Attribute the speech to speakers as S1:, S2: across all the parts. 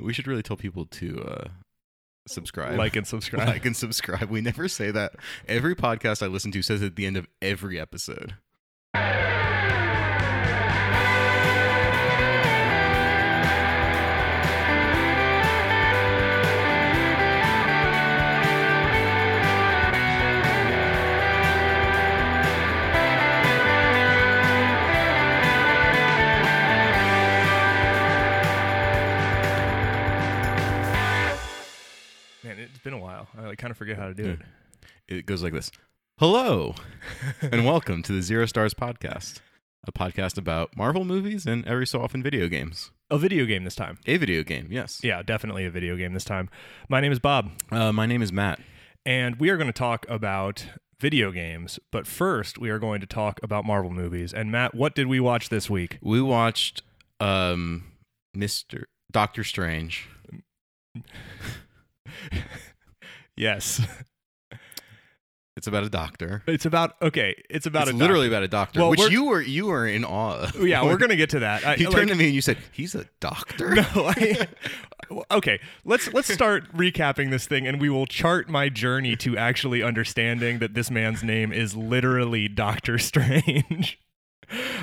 S1: We should really tell people to uh, subscribe,
S2: Like and subscribe.
S1: like, and subscribe. We never say that. Every podcast I listen to says it at the end of every episode.
S2: Man, it's been a while. I like, kind of forget how to do
S1: Yeah.
S2: it.
S1: It goes like this: Hello, and welcome to the Zero Stars Podcast, a podcast about Marvel movies and every so often video games.
S2: A video game this time.
S1: A video game, yes.
S2: Yeah, definitely a video game this time. My name is Bob,
S1: Uh, my name is Matt.
S2: and we are going to talk about video games. But first, we are going to talk about Marvel movies. And Matt, what did we watch this week?
S1: We watched um, Mister Doctor Strange.
S2: Yes,
S1: It's about a doctor.
S2: it's about okay. It's about
S1: it's
S2: a
S1: literally about a doctor,
S2: Well,
S1: which
S2: we're-
S1: you were you were in awe. Of.
S2: Doctor. Yeah, we're gonna get to that. I,
S1: You
S2: like-
S1: turned to me and you said, "He's a doctor."
S2: No, I, okay. Let's let's start recapping this thing, and we will chart my journey to actually understanding that this man's name is literally Doctor Strange.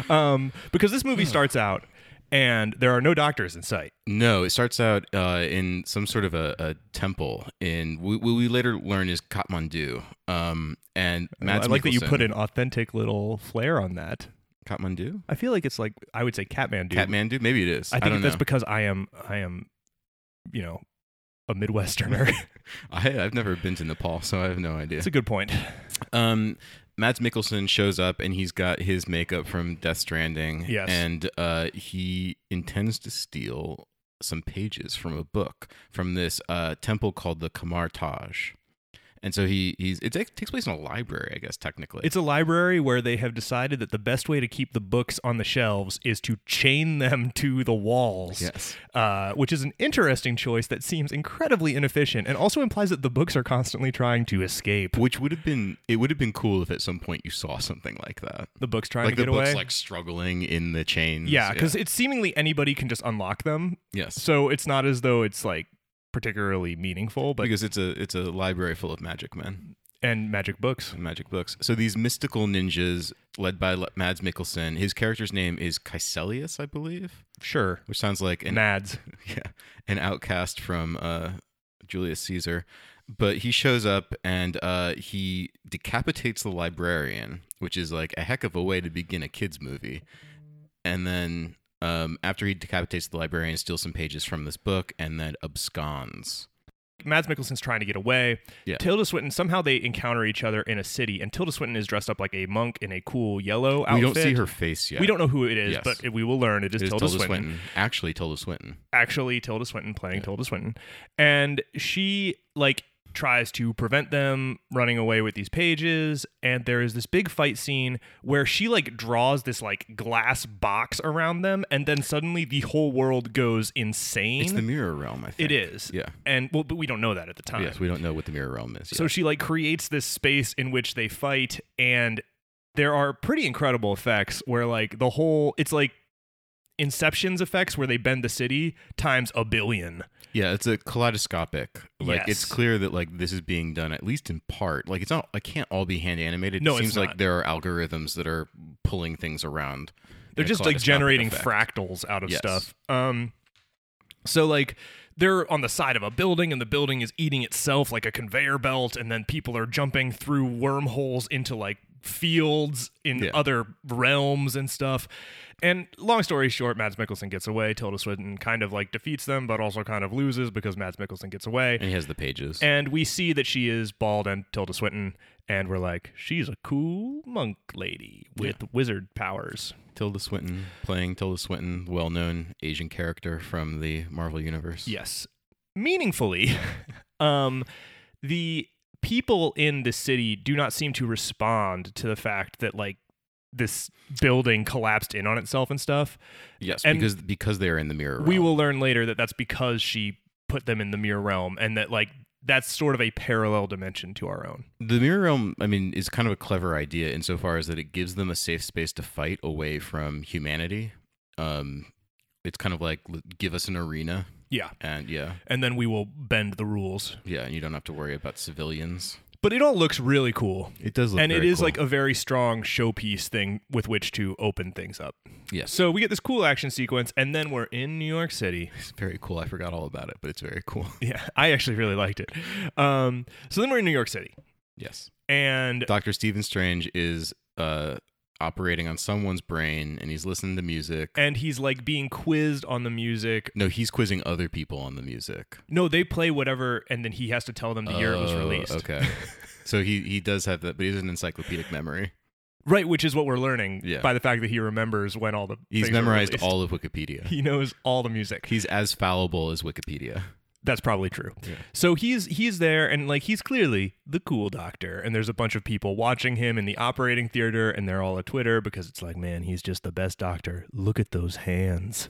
S2: Um, because this movie starts out, and there are no doctors in sight.
S1: No, it starts out uh, in some sort of a, a temple in what we, we later learn is Kathmandu. Um, and Mads
S2: I like that you
S1: Mikkelsen-
S2: put an authentic little flair on that.
S1: Kathmandu,
S2: I feel like it's like I would say Catman.
S1: Kathmandu. Maybe it is.
S2: I
S1: I,
S2: think
S1: don't
S2: that's
S1: know.
S2: because I am I am, you know, a Midwesterner.
S1: I, I've never been to Nepal, so I have no idea.
S2: It's a good point.
S1: Um, Mads Mikkelsen shows up and he's got his makeup from Death Stranding.
S2: Yes.
S1: And uh, he intends to steal some pages from a book from this uh, temple called the Kamar Taj. And so he he's it takes takes place in a library, I guess technically.
S2: It's a library where they have decided that the best way to keep the books on the shelves is to chain them to the walls,
S1: yes.
S2: uh, which is an interesting choice that seems incredibly inefficient and also implies that the books are constantly trying to escape.
S1: Which would have been it would have been cool if at some point you saw something like that,
S2: The books trying
S1: like
S2: to
S1: the
S2: get
S1: books
S2: away.
S1: like struggling in the chains.
S2: yeah, because it's seemingly anybody can just unlock them,
S1: yes,
S2: so it's not as though it's like particularly meaningful, but
S1: because it's a it's a library full of magic men.
S2: and magic books.
S1: and magic books. So these mystical ninjas, led by Le- Mads Mikkelsen, his character's name is Caecilius, I believe,
S2: Sure,
S1: which sounds like an
S2: Mads.
S1: yeah, an outcast from uh, Julius Caesar. But he shows up and uh, he decapitates the librarian, which is like a heck of a way to begin a kids movie. And then um, after he decapitates the librarian, steals some pages from this book and then absconds.
S2: Mads Mikkelsen's trying to get away.
S1: Yeah.
S2: Tilda Swinton, somehow they encounter each other in a city, and Tilda Swinton is dressed up like a monk in a cool yellow outfit.
S1: We don't see her face yet.
S2: We don't know who it is,
S1: Yes.
S2: but we will learn it is,
S1: It is
S2: Tilda, Swinton.
S1: Actually, Tilda Swinton.
S2: Actually, Tilda Swinton playing Tilda Swinton. And she, like, tries to prevent them running away with these pages and there is this big fight scene where she like draws this like glass box around them and then suddenly the whole world goes insane
S1: It's the mirror realm, I think.
S2: It is.
S1: Yeah.
S2: and well but we don't know that at the time
S1: Yes, we don't know what the mirror realm is.
S2: So she like creates this space in which they fight and there are pretty incredible effects where like the whole it's like Inception's effects where they bend the city times a billion.
S1: yeah, it's a kaleidoscopic. Like
S2: Yes.
S1: it's clear that like this is being done at least in part. Like it's not. It can't all be hand animated.
S2: No,
S1: it
S2: it's
S1: seems
S2: not.
S1: like there are algorithms that are pulling things around.
S2: They're
S1: in a
S2: just like
S1: kaleidoscopic
S2: generating
S1: effect.
S2: fractals out of
S1: Yes.
S2: stuff. Um so like they're on the side of a building and the building is eating itself like a conveyor belt and then people are jumping through wormholes into like fields in
S1: Yeah.
S2: other realms and stuff. And long story short, Mads Mikkelsen gets away. Tilda Swinton kind of like defeats them, but also kind of loses because Mads Mikkelsen gets away.
S1: And he has the pages.
S2: And we see that she is bald and Tilda Swinton, and we're like, she's a cool monk lady with wizard powers.
S1: Tilda Swinton playing Tilda Swinton, well-known Asian character from the Marvel universe.
S2: Yes. Meaningfully, um, the people in the city do not seem to respond to the fact that, like, this building collapsed in on itself and stuff.
S1: Yes,
S2: And-
S1: because because they are in the mirror. Realm.
S2: We will learn later that that's because she put them in the mirror realm and that, like, that's sort of a parallel dimension to our own.
S1: The mirror realm, I mean, is kind of a clever idea insofar as that it gives them a safe space to fight away from humanity. Um, it's kind of like l- give us an arena
S2: Yeah.
S1: and yeah,
S2: And then we will bend the rules.
S1: yeah, and you don't have to worry about civilians.
S2: But it all looks really cool.
S1: It does look
S2: and it
S1: very
S2: is
S1: cool.
S2: like a very strong showpiece thing with which to open things up.
S1: yes,
S2: So we get this cool action sequence, and then we're in New York City.
S1: it's very cool. I forgot all about it, but it's very cool.
S2: Yeah, I actually really liked it. Um, so then we're in New York City,
S1: Yes,
S2: and
S1: Doctor Stephen Strange is uh operating on someone's brain, and he's listening to music.
S2: and he's like being quizzed on the music.
S1: No, he's quizzing other people on the music.
S2: No, they play whatever, and then he has to tell them the year it was
S1: Oh,
S2: released.
S1: Okay. so he he does have that, but he has an encyclopedic memory.
S2: Right, which is what we're learning
S1: Yeah.
S2: by the fact that he remembers when all the
S1: He's
S2: things were
S1: memorized
S2: released.
S1: all of Wikipedia.
S2: He knows all the music.
S1: He's as fallible as Wikipedia.
S2: That's probably true.
S1: Yeah.
S2: So he's he's there and like he's clearly the cool doctor and there's a bunch of people watching him in the operating theater and they're all at Twitter because it's like man he's just the best doctor. Look at those hands.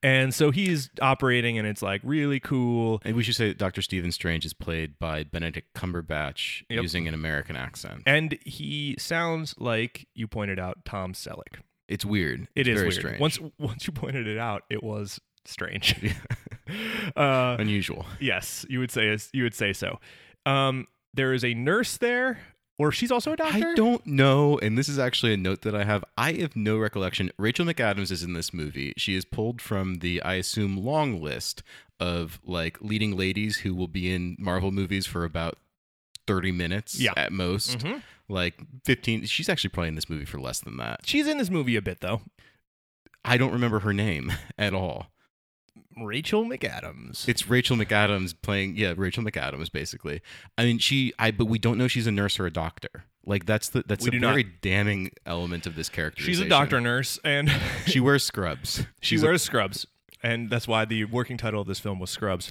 S2: And so he's operating and it's like really cool.
S1: And we should say that Doctor Stephen Strange is played by Benedict Cumberbatch
S2: Yep.
S1: using an American accent.
S2: And he sounds like you pointed out Tom Selleck.
S1: It's weird. it's
S2: It is
S1: very
S2: weird.
S1: strange.
S2: Once once you pointed it out it was strange. uh
S1: unusual.
S2: yes, you would say you would say so. Um there is a nurse there or she's also a doctor?
S1: I don't know, and this is actually a note that I have. I have no recollection. Rachel McAdams is in this movie. She is pulled from the, I assume, long list of like leading ladies who will be in Marvel movies for about thirty minutes
S2: Yeah.
S1: at most.
S2: Mhm.
S1: Like fifteen. She's actually probably in this movie for less than that.
S2: She's in this movie a bit though.
S1: I don't remember her name at all.
S2: Rachel McAdams.
S1: It's Rachel McAdams playing, yeah, Rachel McAdams basically. I mean, she, I, but we don't know she's a nurse or a doctor. Like that's the that's
S2: We
S1: a
S2: do
S1: very damning element of this character.
S2: She's a doctor nurse and
S1: She wears scrubs.
S2: she
S1: She's a-
S2: wears scrubs. And that's why the working title of this film was Scrubs.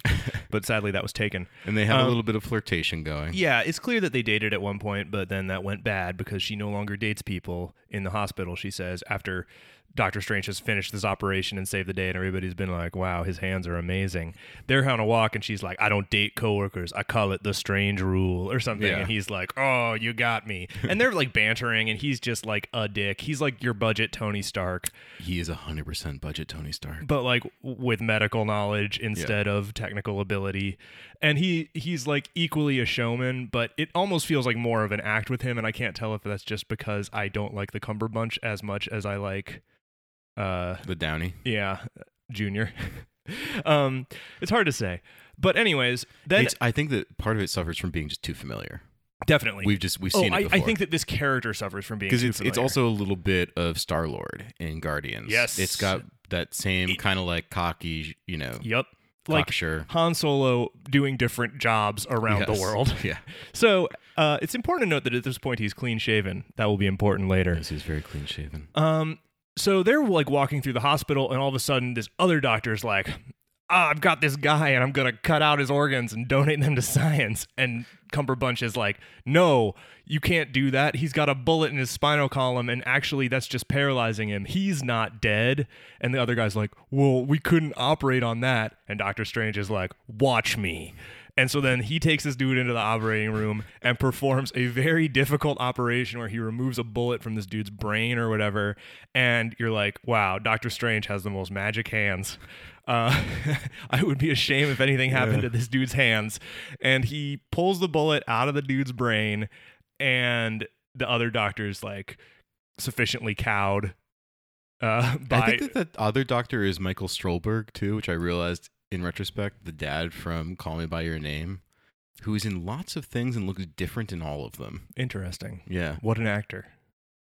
S2: but sadly that was taken.
S1: and they have
S2: um,
S1: a little bit of flirtation going.
S2: Yeah, it's clear that they dated at one point, but then that went bad because she no longer dates people in the hospital, she says, after Doctor Strange has finished this operation and saved the day and everybody's been like, Wow, his hands are amazing. They're on a walk and she's like, I don't date coworkers. I call it the strange rule or something.
S1: Yeah.
S2: And he's like, Oh, you got me. and they're like bantering and he's just like a dick. He's like your budget Tony Stark
S1: He is hundred percent budget Tony Stark.
S2: but like with medical knowledge instead of technical ability and he he's like equally a showman but it almost feels like more of an act with him and i can't tell if that's just because i don't like the cumberbunch as much as i like uh
S1: The Downey.
S2: yeah junior um it's hard to say but anyways then
S1: It's, I think that part of it suffers from being just too familiar.
S2: definitely
S1: We've just we've
S2: oh
S1: seen
S2: I,
S1: it
S2: I
S1: before.
S2: think that this character suffers from being
S1: because
S2: too
S1: it's it's
S2: familiar.
S1: also a little bit of Star Lord in Guardians.
S2: Yes.
S1: it's got that same kind of like cocky, you know,
S2: yep like
S1: cocksure.
S2: Han Solo doing different jobs around the
S1: Yes.
S2: world.
S1: Yeah,
S2: So uh, it's important to note that at this point he's clean shaven. That will be important later.
S1: this is very clean shaven.
S2: Um, so they're like walking through the hospital, and all of a sudden, this other doctor's like, "Ah, "I've got this guy, and I'm gonna cut out his organs and donate them to science." And Cumberbunch is like, "No, you can't do that. He's got a bullet in his spinal column, and actually, that's just paralyzing him. He's not dead." And the other guy's like, "Well, we couldn't operate on that." And Doctor Strange is like, "Watch me." And so then he takes this dude into the operating room and performs a very difficult operation where he removes a bullet from this dude's brain or whatever. And you're like, wow, Doctor Strange has the most magic hands. Uh, I would be ashamed if anything happened to this dude's hands. And he pulls the bullet out of the dude's brain, and the other doctor's like sufficiently cowed. Uh, by
S1: I think that the other doctor is Michael Strolberg too, which I realized in retrospect, the dad from Call Me by Your Name, who is in lots of things and looks different in all of them.
S2: interesting.
S1: Yeah,
S2: What an actor!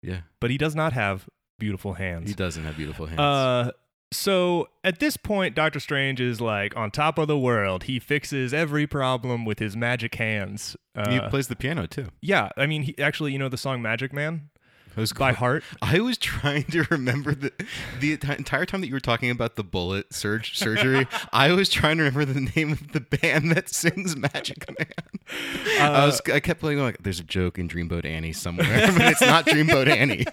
S1: yeah,
S2: But he does not have beautiful hands.
S1: he doesn't have beautiful hands.
S2: Uh, so at this point, Doctor Strange is like on top of the world. He fixes every problem with his magic hands. Uh,
S1: he plays the piano too.
S2: yeah, I mean, he, actually, you know the song "Magic Man"
S1: It was
S2: by heart.
S1: I was trying to remember the the enti- entire time that you were talking about the bullet surge surgery. I was trying to remember the name of the band that sings Magic Man.
S2: Uh,
S1: I was I kept playing like there's a joke in Dreamboat Annie somewhere, but it's not Dreamboat Annie.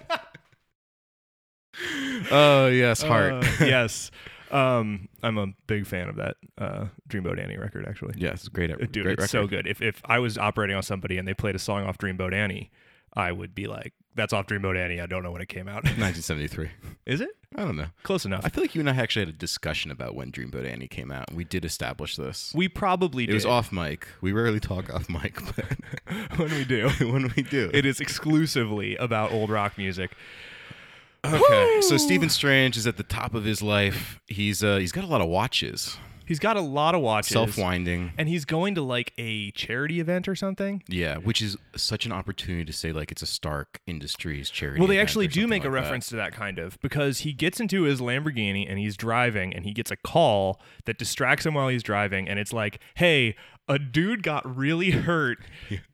S1: Oh yes, heart.
S2: Uh, yes, um, I'm a big fan of that uh, Dreamboat Annie record. Actually,
S1: yes, great.
S2: Uh, dude,
S1: great
S2: it's so
S1: record.
S2: good. If if I was operating on somebody and they played a song off Dreamboat Annie, I would be like, That's off Dreamboat Annie. I don't know when it came out.
S1: 1973.
S2: Is it
S1: I don't know.
S2: close enough?
S1: I feel like you and I actually had a discussion about when Dreamboat Annie came out. We did establish this.
S2: we probably
S1: it
S2: did.
S1: was off mic. We rarely talk off mic, but when we do, when we do,
S2: It is exclusively about old rock music.
S1: okay. So Stephen Strange is at the top of his life. He's uh, he's got a lot of watches,
S2: He's got a lot of watches.
S1: self winding.
S2: and he's going to like a charity event or something.
S1: Yeah, which is such an opportunity to say like it's a Stark Industries charity.
S2: Well, they
S1: event
S2: actually
S1: or
S2: do
S1: something
S2: make a
S1: like that.
S2: reference to that kind of because he gets into his Lamborghini and he's driving and he gets a call that distracts him while he's driving and it's like, "Hey, a dude got really hurt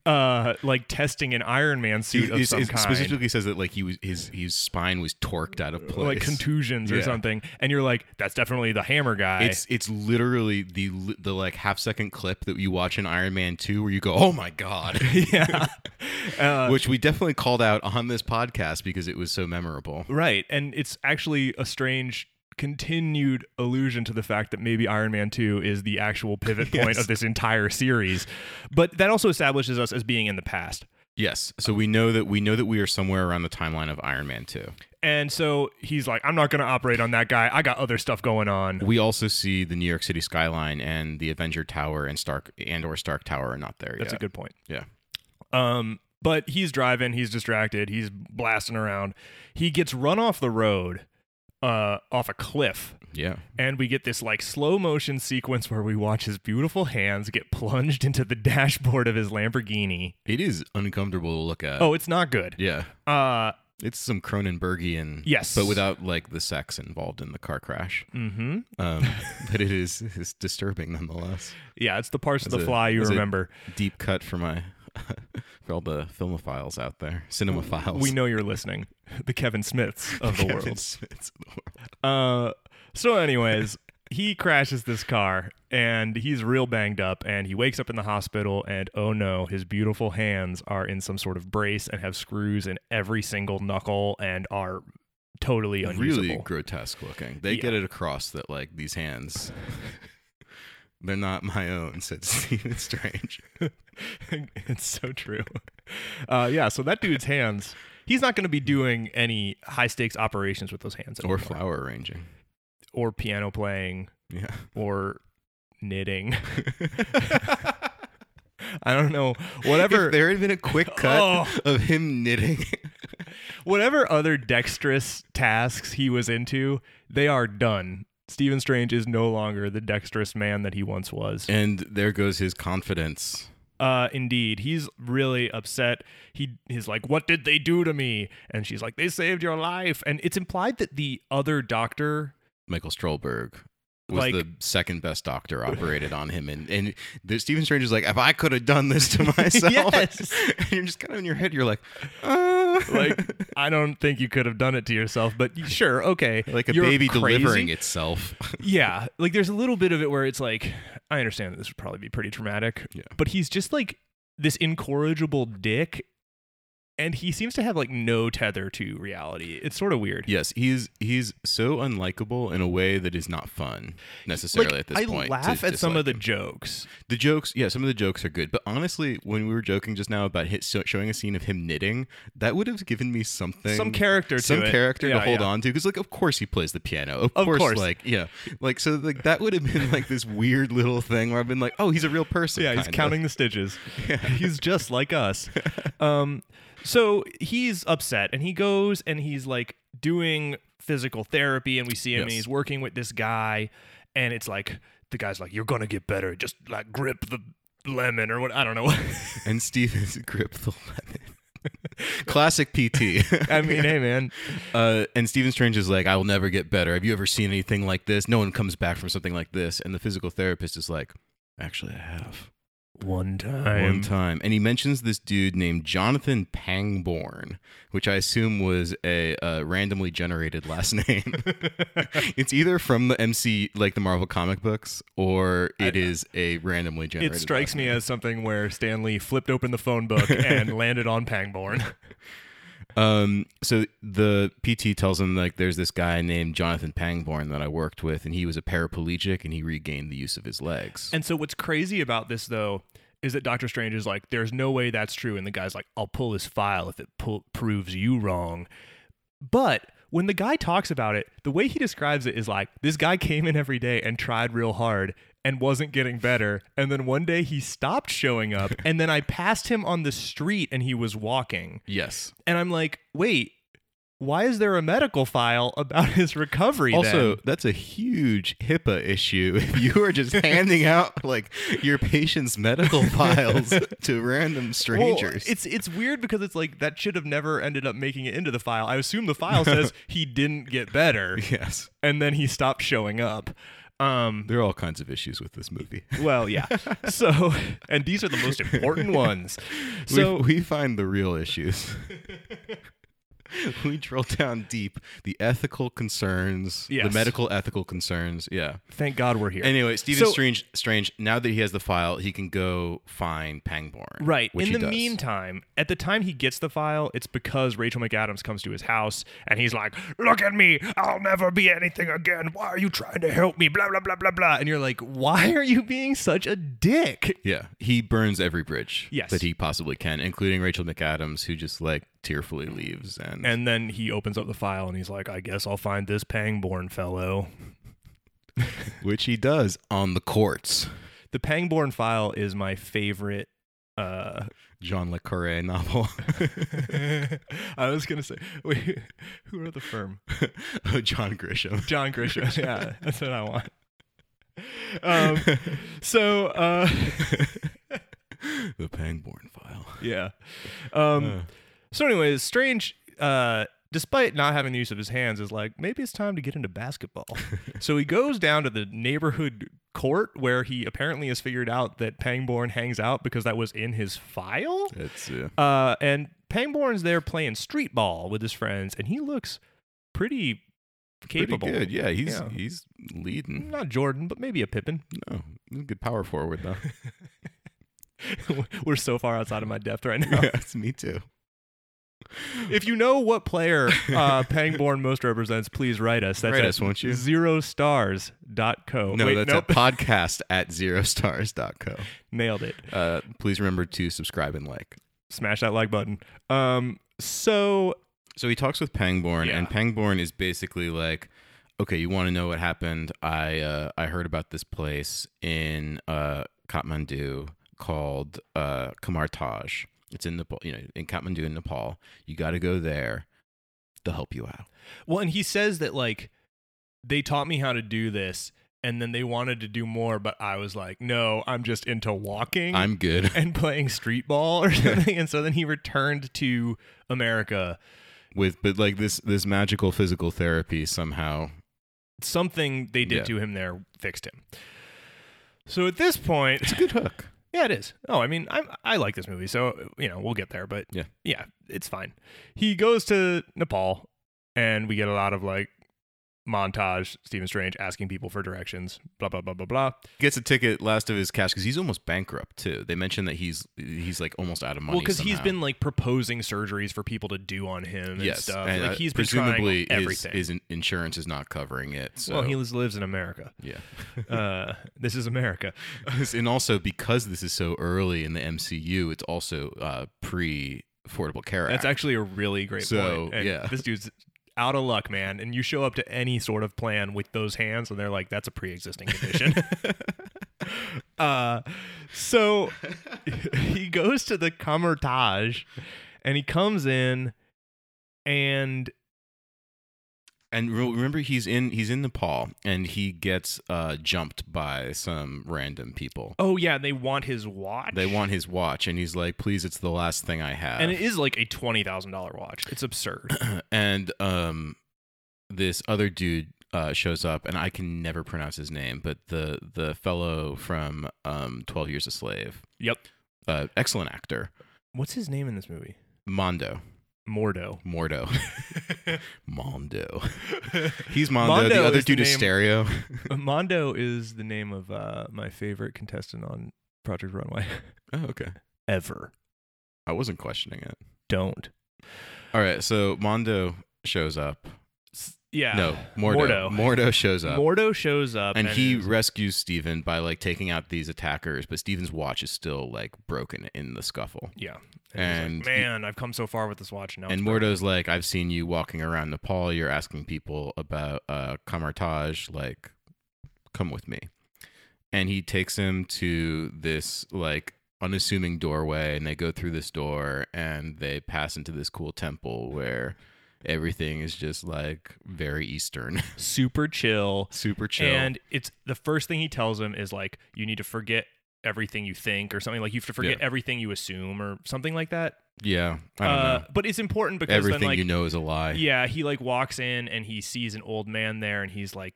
S2: uh like testing an Iron Man
S1: He-
S2: suit of
S1: he's-
S2: some
S1: he
S2: kind."
S1: specifically says that like he was his his spine was torqued out of place.
S2: like contusions or
S1: Yeah.
S2: something and you're like, "That's definitely the hammer guy."
S1: It's it's literally the li- the like half second clip that you watch in Iron Man Two where you go, oh my god,
S2: yeah. Uh,
S1: which we definitely called out on this podcast because it was so memorable.
S2: Right. And it's actually a strange continued allusion to the fact that maybe Iron Man 2 is the actual pivot point
S1: Yes.
S2: of this entire series. But that also establishes us as being in the past.
S1: Yes, so we know that we know that we are somewhere around the timeline of Iron Man Two.
S2: And so he's like, I'm not going to operate on that guy. I got other stuff going on.
S1: We also see the New York City skyline and the Avenger Tower and Stark and or Stark Tower are not there
S2: That's
S1: yet.
S2: a good point.
S1: yeah.
S2: Um, but he's driving, he's distracted, he's blasting around. He gets run off the road, uh, off a cliff.
S1: Yeah.
S2: and we get this like slow motion sequence where we watch his beautiful hands get plunged into the dashboard of his Lamborghini.
S1: It is uncomfortable to look at.
S2: Oh, it's not good.
S1: Yeah.
S2: Uh
S1: It's some Cronenbergian.
S2: Yes.
S1: But without like the sex involved in the car crash.
S2: mm-hmm.
S1: Um, but it is it's disturbing nonetheless.
S2: Yeah, it's the parts of
S1: That's
S2: the
S1: a-
S2: fly you
S1: that's a-
S2: remember.
S1: Deep cut for my for all the filmophiles out there, cinemophiles.
S2: We know you're listening. The Kevin Smiths of the
S1: Kevin
S2: world.
S1: Smith's of the world.
S2: Uh so anyways, he crashes this car and he's real banged up and he wakes up in the hospital and oh no, his beautiful hands are in some sort of brace and have screws in every single knuckle and are totally unusable.
S1: Really grotesque looking. They
S2: Yeah.
S1: get it across that like these hands. They're not my own, said Stephen Strange.
S2: it's so true. Uh, yeah, so that dude's hands, he's not going to be doing any high stakes operations with those hands
S1: or
S2: anymore.
S1: flower arranging.
S2: or piano playing
S1: Yeah.
S2: or knitting. I don't know. Whatever
S1: If there had been a quick cut
S2: Oh.
S1: of him knitting.
S2: whatever other dexterous tasks he was into, they are done. Stephen Strange is no longer the dexterous man that he once was.
S1: And there goes his confidence.
S2: Uh, indeed, he's really upset. He he's like, "What did they do to me?" And she's like, "They saved your life." And it's implied that the other doctor,
S1: Michael Strolberg was
S2: Like-
S1: the second best doctor operated on him. And, and the Stephen Strange is like, if I could have done this to myself.
S2: Yes.
S1: and you're just kind of in your head, you're like, uh,
S2: like, I don't think you could have done it to yourself, but you- sure, okay,
S1: like a
S2: You're
S1: baby
S2: crazy?
S1: delivering itself.
S2: Yeah, like there's a little bit of it where it's like, I understand that this would probably be pretty traumatic,
S1: Yeah.
S2: but he's just like this incorrigible dick, and he seems to have like no tether to reality. It's sort of weird.
S1: yes, he's he's so unlikable in a way that is not fun necessarily
S2: Like,
S1: at this
S2: I
S1: point. to
S2: laugh at some
S1: dislike
S2: of the
S1: him.
S2: jokes.
S1: The jokes, yeah, some of the jokes are good, but honestly, when we were joking just now about hit, so, showing a scene of him knitting, that would have given me something,
S2: Some character to
S1: some
S2: it.
S1: character to
S2: Yeah,
S1: hold
S2: yeah.
S1: on to, because like, of course he plays the piano, of,
S2: Of
S1: course,
S2: course.
S1: like, yeah, like so, like that would have been like this weird little thing where I've been like, oh, he's a real person.
S2: Yeah, he's
S1: kind of.
S2: counting the stitches. He's just like us. Um, so he's upset and he goes and he's like doing physical therapy and we see him and
S1: Yes.
S2: he's working with this guy and it's like the guy's like, You're gonna get better. Just like grip the lemon or what I don't know.
S1: And Steven's grip the lemon. Classic PT.
S2: I mean, hey man.
S1: Uh, and Stephen Strange is like, I will never get better. Have you ever seen anything like this? No one comes back from something like this. And the physical therapist is like, actually, I have. one
S2: One time.
S1: time. And he mentions this dude named Jonathan Pangborn, which I assume was a uh, randomly generated last name. it's either from the MC, like the Marvel comic books, or it is a randomly
S2: It
S1: generated.
S2: strikes
S1: last
S2: me
S1: name.
S2: as something where Stanley flipped open the phone book and landed on Pangborn.
S1: Um, so the PT tells him like there's this guy named Jonathan Pangborn that I worked with, and he was a paraplegic, and he regained the use of his legs.
S2: And so what's crazy about this though is that Doctor Strange is like, there's no way that's true. And the guy's like, I'll pull his file if it pu- proves you wrong. But when the guy talks about it, the way he describes it is like, this guy came in every day and tried real hard and wasn't getting better. And then one day he stopped showing up. and then I passed him on the street and he was walking.
S1: Yes.
S2: And I'm like, wait, why is there a medical file about his recovery?
S1: Also,
S2: then?
S1: that's a huge HIPAA issue. If you are just handing out like your patient's medical files to random
S2: Well,
S1: strangers.
S2: it's it's weird because it's like that should have never ended up making it into the file. I assume the file says he didn't get better
S1: yes.
S2: and then he stopped showing up. Um
S1: There are all kinds of issues with this movie.
S2: well, yeah. So, and these are the most important ones. So,
S1: we, we find the real issues. we drill down deep the ethical concerns, the
S2: Yes.
S1: medical ethical concerns. Yeah.
S2: thank God we're here.
S1: Anyway, Stephen
S2: So-
S1: Strange, Strange, now that he has the file, he can go find Pangborn.
S2: Right.
S1: Which
S2: In
S1: he
S2: the
S1: does.
S2: meantime, at the time he gets the file, it's because Rachel McAdams comes to his house and he's like, Look at me. I'll never be anything again. Why are you trying to help me? Blah, blah, blah, blah, blah. And you're like, Why are you being such a dick?
S1: Yeah, he burns every bridge
S2: Yes.
S1: that he possibly can, including Rachel McAdams, who just like tearfully leaves. And,
S2: And then he opens up the file and he's like, I guess I'll find this Pangborn fellow.
S1: which he does on the courts.
S2: The Pangborn file is my favorite. Uh,
S1: Jean Le Carre novel.
S2: I was gonna say, wait, who wrote the firm?
S1: oh, John Grisham.
S2: John Grisham. yeah, that's what I want. Um, so uh,
S1: the Pangborn file.
S2: yeah. Um,
S1: Uh.
S2: So, anyways, Strange, uh, despite not having the use of his hands, is like maybe it's time to get into basketball. so he goes down to the neighborhood court where he apparently has figured out that Pangborn hangs out because that was in his file.
S1: That's uh,
S2: Uh, and Pangborn's there playing street ball with his friends, and he looks pretty
S1: pretty
S2: capable.
S1: good. Yeah, he's
S2: Yeah.
S1: he's leading.
S2: Not Jordan, but maybe a Pippin.
S1: No, he's a good power forward though.
S2: We're so far outside of my depth right now.
S1: That's me too.
S2: If you know what player uh, Pangborn most represents, please write us. That's
S1: Write
S2: at
S1: us, won't you?
S2: zerostars.co.
S1: No,
S2: Oh, Wait,
S1: that's
S2: nope.
S1: a podcast at zerostars.co.
S2: Nailed it.
S1: Uh, please remember to subscribe and like.
S2: Smash that like button. Um, so
S1: So he talks with Pangborn,
S2: Yeah.
S1: and Pangborn is basically like, "Okay, you want to know what happened? I uh, I heard about this place in uh, Kathmandu called uh, Kamar Taj. It's in Nepal, you know, in Kathmandu in Nepal. You got to go there. They'll help you out.
S2: Well, and he says that like they taught me how to do this and then they wanted to do more, but I was like, no, I'm just into walking
S1: I'm good.
S2: and playing street ball or something. and so then he returned to America.
S1: with but like this this magical physical therapy somehow.
S2: Something they did
S1: Yeah.
S2: to him there fixed him. So at this point,
S1: It's a good hook.
S2: Yeah, it is. Oh, I mean, I I like this movie, so you know we'll get there. But
S1: Yeah.
S2: yeah, it's fine. He goes to Nepal, and we get a lot of like montage. Stephen Strange asking people for directions. Blah blah blah blah blah.
S1: Gets a ticket last of his cash because he's almost bankrupt too. They mentioned that he's he's like almost out of money.
S2: well, because he's
S1: somehow.
S2: been like proposing surgeries for people to do on him and
S1: yes,
S2: stuff.
S1: and
S2: like
S1: uh,
S2: he's been trying
S1: presumably his-
S2: everything.
S1: His, in- insurance is not covering it. So
S2: well, he lives in America.
S1: yeah,
S2: uh, this is America.
S1: and also because this is so early in the MCU, it's also uh, pre Affordable Care
S2: That's
S1: Act.
S2: actually a really great
S1: So,
S2: point. And
S1: yeah.
S2: this dude's out of luck, man. And you show up to any sort of plan with those hands, and they're like, "That's a pre-existing condition." uh, so he goes to the Kamertage, and he comes in, and
S1: and re- remember, he's in he's in Nepal, and he gets uh, jumped by some random people.
S2: oh yeah, they want his watch.
S1: They want his watch, and he's like, "Please, it's the last thing I have."
S2: Oh, and it is like a twenty thousand dollar watch. It's absurd.
S1: and um, this other dude uh, shows up, and I can never pronounce his name, but the the fellow from um, Twelve Years a Slave,
S2: yep.
S1: uh, excellent actor,
S2: What's his name in this movie?
S1: Mondo,
S2: Mordo.
S1: Mordo, Mondo. He's Mondo. the
S2: Mondo
S1: other
S2: is the
S1: dude is
S2: name-
S1: Stereo.
S2: Mondo is the name of uh, my favorite contestant on Project Runway
S1: Oh, okay.
S2: ever.
S1: I wasn't questioning it.
S2: Don't.
S1: All right, so Mondo shows up.
S2: yeah.
S1: No, Mordo. Mordo,
S2: Ah, Mordo.
S1: shows up.
S2: Mordo shows up
S1: and he
S2: is-
S1: rescues Steven by like taking out these attackers, but Steven's watch is still like broken in the scuffle.
S2: yeah.
S1: and
S2: he's like, man, I've come so far with this watch now.
S1: And
S2: it's
S1: Mordo's like, I've seen you walking around Nepal. You're asking people about uh, Kamartaj. Like, come with me. And he takes him to this like unassuming doorway, and they go through this door, and they pass into this cool temple where everything is just like very Eastern,
S2: super chill.
S1: super chill.
S2: And it's the first thing he tells him is like, you need to forget everything you think or something like you have to forget everything you assume or something like that.
S1: yeah, I don't
S2: uh,
S1: know.
S2: But it's important because
S1: Everything
S2: then like,
S1: you know is a lie.
S2: yeah, he like walks in and he sees an old man there and he's like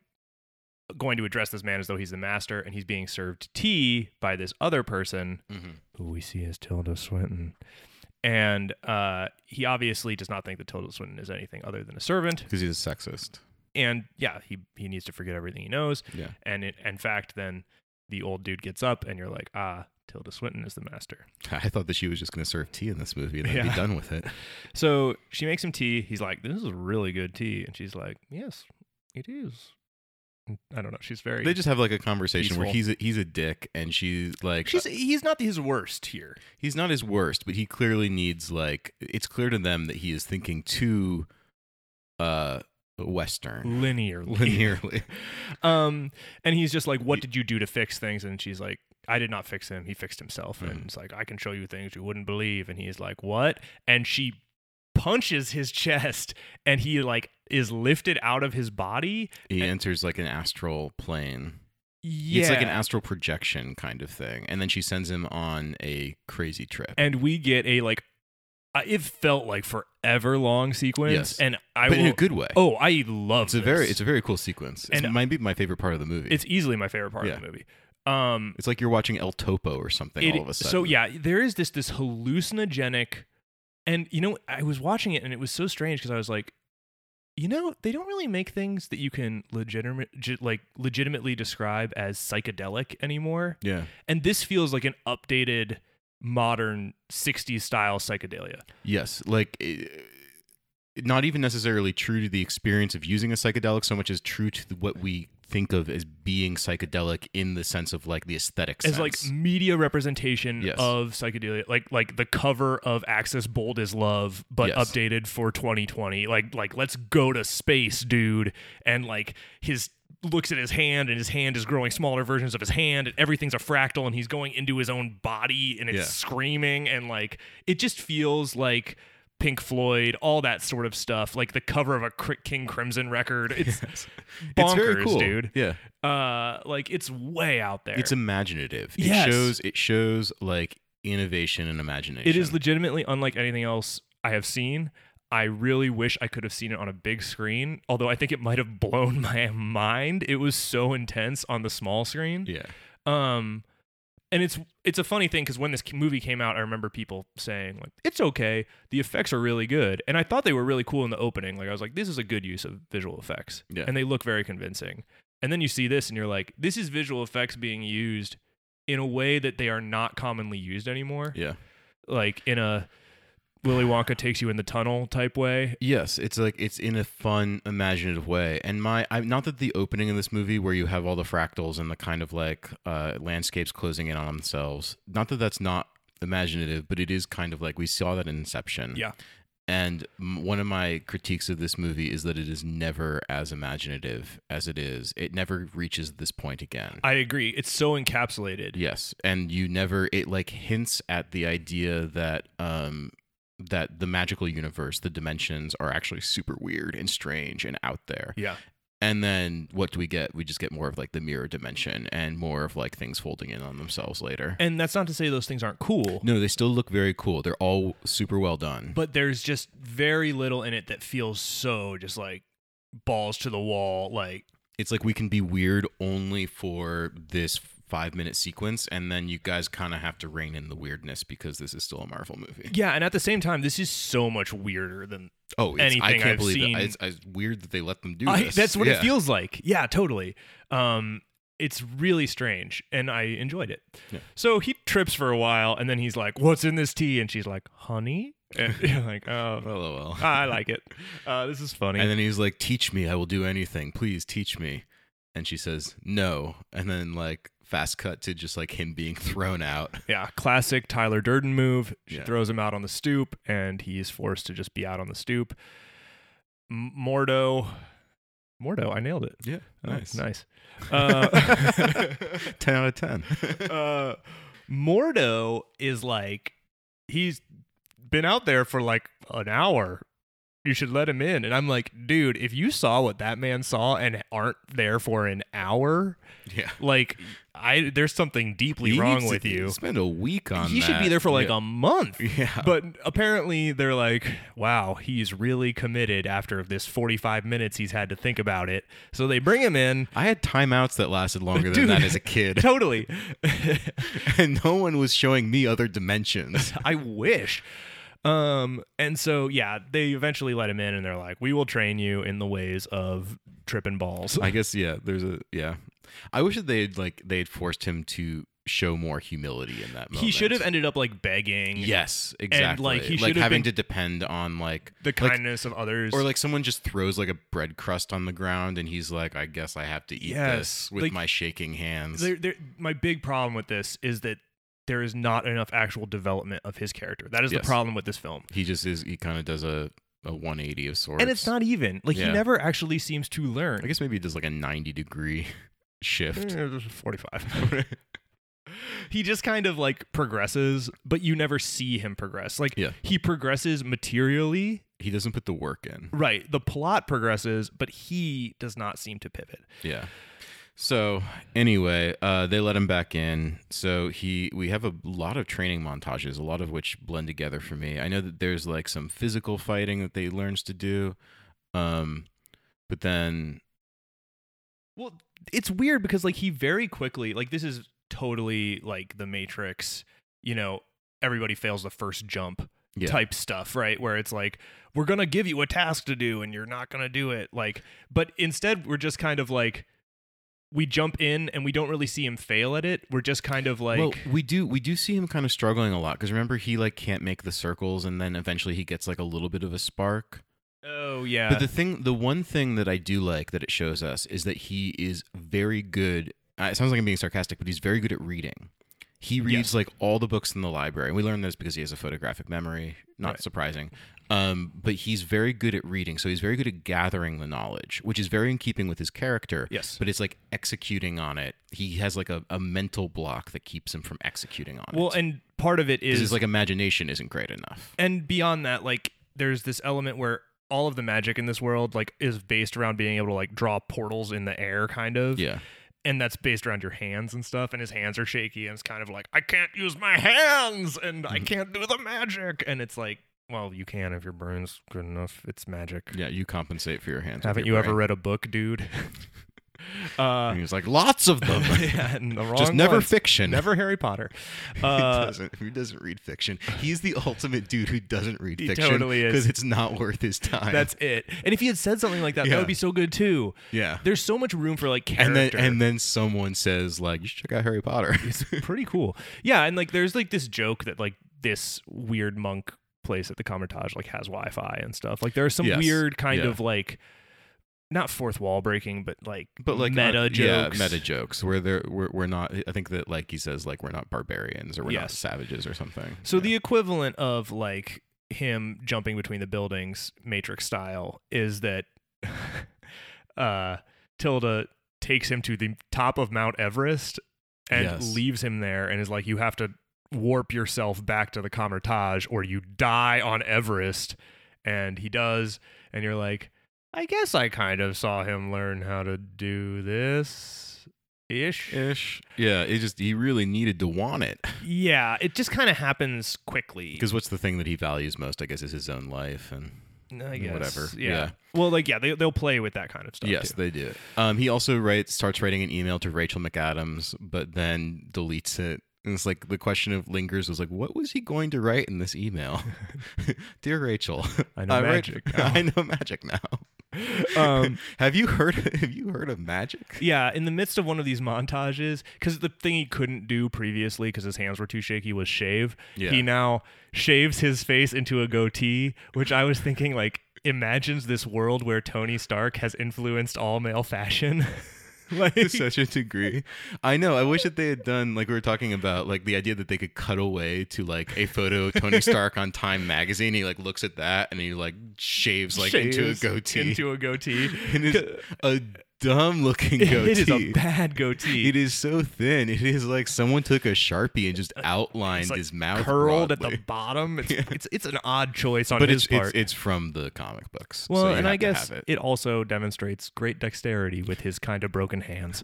S2: going to address this man as though he's the master and he's being served tea by this other person
S1: Mhm.
S2: who we see as Tilda Swinton. And uh, he obviously does not think that Tilda Swinton is anything other than a servant.
S1: because he's a sexist.
S2: and yeah, he he needs to forget everything he knows.
S1: Yeah.
S2: And it, in fact, then the old dude gets up, and you're like, ah, Tilda Swinton is the master.
S1: I thought that she was just going to serve tea in this movie and then
S2: Yeah.
S1: be done with it.
S2: So she makes him tea. He's like, this is really good tea, and she's like, yes, it is. I don't know. She's very.
S1: They just have like a conversation where he's
S2: Peaceful.
S1: a, he's a dick and she's like uh,
S2: she's he's not his worst here.
S1: he's not his worst, but he clearly needs like it's clear to them that he is thinking too uh western
S2: Linear,
S1: linearly.
S2: Um, and he's just like, what did you do to fix things? And she's like. I did not fix him. He fixed himself. And
S1: Mhm.
S2: it's like, I can show you things you wouldn't believe. And he's like, What? And she punches his chest and he like is lifted out of his body.
S1: He enters like an astral plane.
S2: Yeah.
S1: It's like an astral projection kind of thing. And then she sends him on a crazy trip.
S2: and we get a like uh, it felt like forever long sequence.
S1: Yes.
S2: And I
S1: but
S2: will
S1: in a good way.
S2: Oh, I love
S1: it's a
S2: this.
S1: very it's a very cool sequence. It
S2: And-
S1: might be my favorite part of the movie.
S2: it's easily my favorite part
S1: Yeah.
S2: of the movie. Um
S1: It's like you're watching El Topo or something
S2: It-
S1: all of a sudden.
S2: So yeah, there is this this hallucinogenic, and you know, I was watching it and it was so strange because I was like, you know, they don't really make things that you can legitimate ge- like legitimately describe as psychedelic anymore,
S1: Yeah.
S2: and this feels like an updated modern 60s style psychedelia.
S1: Yes, like it, not even necessarily true to the experience of using a psychedelic so much as true to the- what we think of as being psychedelic in the sense of like the aesthetic
S2: As
S1: sense.
S2: like media representation
S1: Yes.
S2: of psychedelia, like like the cover of Axis Bold as Love, but
S1: Yes.
S2: updated for 2020. Like like let's go to space, dude. And like his looks at his hand, and his hand is growing smaller versions of his hand, and everything's a fractal, and he's going into his own body, and it's
S1: Yeah.
S2: screaming, and like it just feels like. Pink Floyd, all that sort of stuff, like the cover of a Cri- King Crimson record. It's bonkers,
S1: it's very cool,
S2: dude.
S1: Yeah,
S2: Uh, like it's way out there.
S1: it's imaginative. It
S2: Yes.
S1: shows it shows like innovation and imagination.
S2: It is legitimately unlike anything else I have seen. I really wish I could have seen it on a big screen, although I think it might have blown my mind. It was so intense on the small screen.
S1: yeah.
S2: Um and it's it's a funny thing cuz when this movie came out, I remember people saying like it's okay, the effects are really good. And I thought they were really cool in the opening. Like I was like this is a good use of visual effects.
S1: Yeah.
S2: And they look very convincing. And then you see this and you're like this is visual effects being used in a way that they are not commonly used anymore
S1: Yeah.
S2: like in a Willy Wonka takes you in the tunnel type way.
S1: Yes, it's like it's in a fun, imaginative way. And my, I, not that the opening of this movie, where you have all the fractals and the kind of like uh, landscapes closing in on themselves, not that that's not imaginative, but it is kind of like we saw that in Inception.
S2: Yeah.
S1: And m- one of my critiques of this movie is that it is never as imaginative as it is. It never reaches this point again.
S2: I agree. It's so encapsulated.
S1: Yes, and you never it like hints at the idea that um that the magical universe, the dimensions are actually super weird and strange and out there.
S2: Yeah.
S1: And then what do we get? We just get more of like the mirror dimension and more of like things folding in on themselves later.
S2: And that's not to say those things aren't cool,
S1: no, they still look very cool. They're all super well done.
S2: but there's just very little in it that feels so just like balls to the wall. Like,
S1: it's like we can be weird only for this 5-minute sequence and then you guys kind of have to rein in the weirdness because this is still a Marvel movie.
S2: yeah. And at the same time, this is so much weirder than
S1: Oh, it's, I
S2: Anything
S1: can't
S2: I've
S1: believe
S2: seen-
S1: that. It's, it's weird that they let them do
S2: I-
S1: this.
S2: that's what
S1: Yeah.
S2: it feels like. Yeah, totally. Um, it's really strange, and I enjoyed it.
S1: Yeah.
S2: So he trips for a while, and then he's like, "What's in this tea?" And she's like, "Honey."
S1: Eh.
S2: And you're like, oh,
S1: LOL.
S2: I like it. Uh, this is funny.
S1: And then he's like, "Teach me, I will do anything. Please teach me." And she says, "No." And then like fast cut to just like him being thrown out.
S2: yeah, classic Tyler Durden move. She
S1: Yeah.
S2: throws him out on the stoop, and he is forced to just be out on the stoop. M- Mordo, Mordo, I nailed it.
S1: Yeah,
S2: Oh,
S1: nice.
S2: nice. Uh,
S1: ten out of ten.
S2: uh, Mordo is like, he's been out there for like an hour. You should let him in. And I'm like, dude, if you saw what that man saw and aren't there for an hour,
S1: yeah,
S2: like, I there's something deeply
S1: He
S2: wrong
S1: needs to
S2: with you.
S1: Spend a week on.
S2: He should be
S1: that.
S2: there for like a month.
S1: yeah. yeah.
S2: But apparently, they're like, wow, he's really committed after this 45 minutes he's had to think about it. So they bring him in.
S1: I had timeouts that lasted longer than
S2: Dude.
S1: that as a kid,
S2: Totally.
S1: and no one was showing me other dimensions.
S2: I wish. Um, and so yeah, they eventually let him in and they're like, We will train you in the ways of tripping balls.
S1: I guess yeah. There's a yeah. I wish that they'd like they'd forced him to show more humility in that moment.
S2: He should have ended up like begging
S1: Yes, exactly.
S2: like, he should have
S1: having to
S2: been-
S1: depend on like
S2: the
S1: like-
S2: kindness of others.
S1: or like someone just throws like a bread crust on the ground and he's like, I guess I have to eat
S2: Yes,
S1: this with
S2: like-
S1: my shaking hands.
S2: there, there, my big problem with this is that there is not enough actual development of his character. That is
S1: Yes.
S2: the problem with this film.
S1: he just is. He kind of does a a 180 of sorts.
S2: And it's not even like he
S1: Yeah.
S2: never actually seems to learn.
S1: I guess maybe he does like a 90 degree shift.
S2: Eh, 45. he just kind of like progresses, but you never see him progress. Like
S1: Yeah.
S2: he progresses materially,
S1: he doesn't put the work in.
S2: right? The plot progresses, but he does not seem to pivot.
S1: Yeah. So anyway, uh, they let him back in. So he, we have a lot of training montages, a lot of which blend together for me. I know that there's like some physical fighting that they learns to do, um, but then
S2: Well, it's weird because like he very quickly, like this is totally like the Matrix, you know, everybody fails the first jump
S1: Yeah.
S2: type stuff, right? Where it's like we're going to give you a task to do and you're not going to do it. Like but instead we're just kind of like we jump in and we don't really see him fail at it. We're just kind of like
S1: well, we do we do see him kind of struggling a lot because remember he like can't make the circles, and then eventually he gets like a little bit of a spark.
S2: oh yeah.
S1: But the thing, the one thing that I do like that it shows us is that he is very good. Uh, it sounds like I'm being sarcastic, but he's very good at reading. He reads
S2: Yes.
S1: like all the books in the library. And we learn this because he has a photographic memory. Not
S2: Right.
S1: surprising. Um, but he's very good at reading. So he's very good at gathering the knowledge, which is very in keeping with his character.
S2: Yes.
S1: But it's like executing on it. He has like a, a mental block that keeps him from executing on
S2: well,
S1: it.
S2: and part of it
S1: 'Cause
S2: is
S1: his like imagination isn't great enough.
S2: and beyond that like there's this element where all of the magic in this world like is based around being able to like draw portals in the air kind of
S1: Yeah.
S2: and that's based around your hands and stuff and his hands are shaky and it's kind of like i can't use my hands and
S1: Mm-hmm.
S2: i can't do the magic and it's like well you can if your brain's good enough it's magic
S1: Yeah. You compensate for your hands. with
S2: haven't you
S1: your
S2: ever
S1: brain.
S2: read a book dude uh
S1: And he was like, lots of them.
S2: yeah, and the wrong
S1: just never
S2: ones.
S1: fiction.
S2: never harry potter
S1: Who
S2: uh
S1: doesn't, who doesn't read fiction? He's the ultimate dude who doesn't read
S2: He
S1: fiction
S2: totally is.
S1: it's not worth his time.
S2: that's it and if he had said something like that that
S1: Yeah.
S2: would be so good too
S1: yeah.
S2: there's so much room for like
S1: And then
S2: character
S1: and then someone says like, you should check out Harry Potter.
S2: pretty cool. Yeah, and like there's like this joke that like this weird monk place at the Comitage like has Wi-Fi and stuff. Like there are some
S1: Yes.
S2: weird kind
S1: Yeah.
S2: of like not fourth wall breaking, but like
S1: but like
S2: meta
S1: uh,
S2: jokes.
S1: yeah, meta jokes where they're we're, we're not. I think that like he says like we're not barbarians or we're not
S2: Yes.
S1: savages or something.
S2: So
S1: Yeah.
S2: the equivalent of like him jumping between the buildings, Matrix style, is that uh Tilda takes him to the top of Mount Everest and
S1: Yes.
S2: leaves him there and is like, you have to warp yourself back to the Comertage or you die on Everest. And he does, and you're like, I guess I kind of saw him learn how to do this ish.
S1: ish. Yeah, it just he really needed to want it
S2: Yeah, it just kind of happens quickly.
S1: because what's the thing that he values most? I guess is his own life and
S2: I guess.
S1: and whatever.
S2: Yeah.
S1: Yeah.
S2: Well, like yeah, they they'll play with that kind of stuff.
S1: Yes,
S2: too.
S1: they do. Um, he also writes, starts writing an email to Rachel McAdams, but then deletes it. And it's like the question of lingers was like, what was he going to write in this email? Dear Rachel,
S2: I know
S1: I write-
S2: magic. now.
S1: I know magic now.
S2: Um,
S1: have you heard? Have you heard of magic?
S2: yeah, in the midst of one of these montages, because the thing he couldn't do previously because his hands were too shaky was shave.
S1: Yeah.
S2: He now shaves his face into a goatee, which I was thinking like imagines this world where Tony Stark has influenced all male fashion. like
S1: to such a degree. I know. I wish that they had done like we were talking about, like the idea that they could cut away to like a photo of Tony Stark on Time magazine. He like looks at that and he like shaves like into a
S2: shaves
S1: goatee.
S2: Into a goatee.
S1: and it's a dumb looking goatee.
S2: It is a bad goatee.
S1: It is so thin. It is like someone took a sharpie and just outlined
S2: Uh, It's, like,
S1: his mouth
S2: curled at
S1: broadly.
S2: the bottom. It's, it's it's an odd choice on
S1: But
S2: his
S1: it's,
S2: part.
S1: it's it's from the comic books.
S2: Well,
S1: so you
S2: and
S1: have to
S2: I guess
S1: have
S2: it.
S1: it.
S2: also demonstrates great dexterity with his kind of broken hands.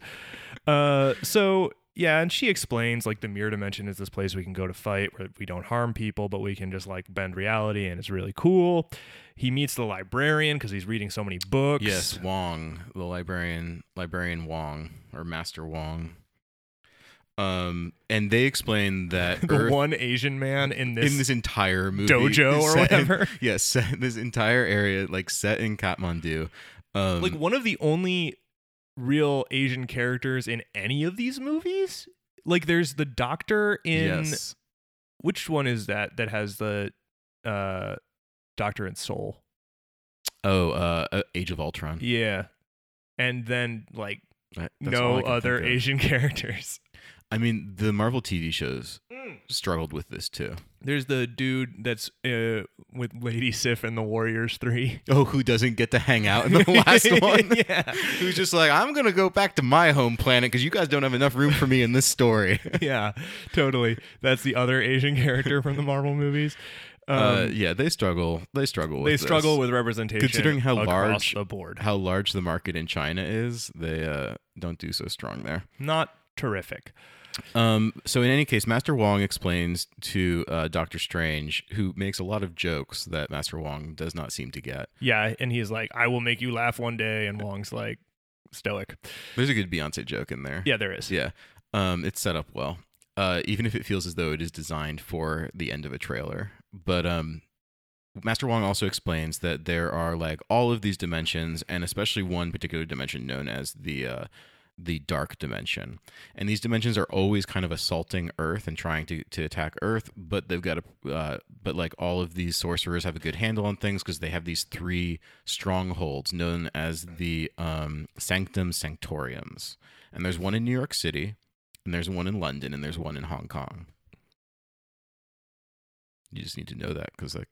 S2: Uh, so yeah, and she explains like the mirror dimension is this place we can go to fight where we don't harm people, but we can just like bend reality, and it's really cool. He meets the librarian because he's reading so many books.
S1: Yes, Wong, the librarian, librarian Wong or Master Wong. Um, and they explain that
S2: the
S1: Earth
S2: one Asian man in this.
S1: in this entire movie
S2: dojo or
S1: set in-
S2: whatever.
S1: yes, set in this entire area, like set in Kathmandu. Um,
S2: like one of the only real Asian characters in any of these movies. Like there's the doctor in
S1: yes,
S2: which one is that that has the uh doctor in soul
S1: oh, uh, uh, Age of Ultron.
S2: yeah and then like
S1: That- that's all
S2: no
S1: I can
S2: other
S1: think of.
S2: asian characters
S1: I mean, the Marvel TV shows struggled with this too.
S2: there's the dude that's uh with lady sif and the warriors three
S1: Oh, who doesn't get to hang out in the last one?
S2: yeah
S1: Who's just like, I'm gonna go back to my home planet because you guys don't have enough room for me in this story.
S2: yeah totally that's the other asian character from the marvel movies um,
S1: uh, yeah, they struggle. They struggle. With
S2: they
S1: this.
S2: struggle with representation
S1: Considering how
S2: across
S1: large-
S2: the board
S1: how large the market in China is. They uh, don't do so strong there.
S2: not terrific
S1: Um, so in any case, Master Wong explains to uh, Doctor Strange, who makes a lot of jokes that Master Wong does not seem to get.
S2: yeah and he's like i will make you laugh one day and wong's like stoic
S1: There's a good Beyonce joke in there.
S2: yeah there is
S1: Yeah. Um, it's set up well, uh, even if it feels as though it is designed for the end of a trailer. But um, Master Wong also explains that there are like all of these dimensions, and especially one particular dimension known as the uh, the dark dimension. And these dimensions are always kind of assaulting Earth and trying to, to attack Earth, but they've got a uh, but like all of these sorcerers have a good handle on things because they have these three strongholds known as the um, Sanctum Sanctoriums. And there's one in New York City, and there's one in London, and there's one in Hong Kong. You just need to know that because like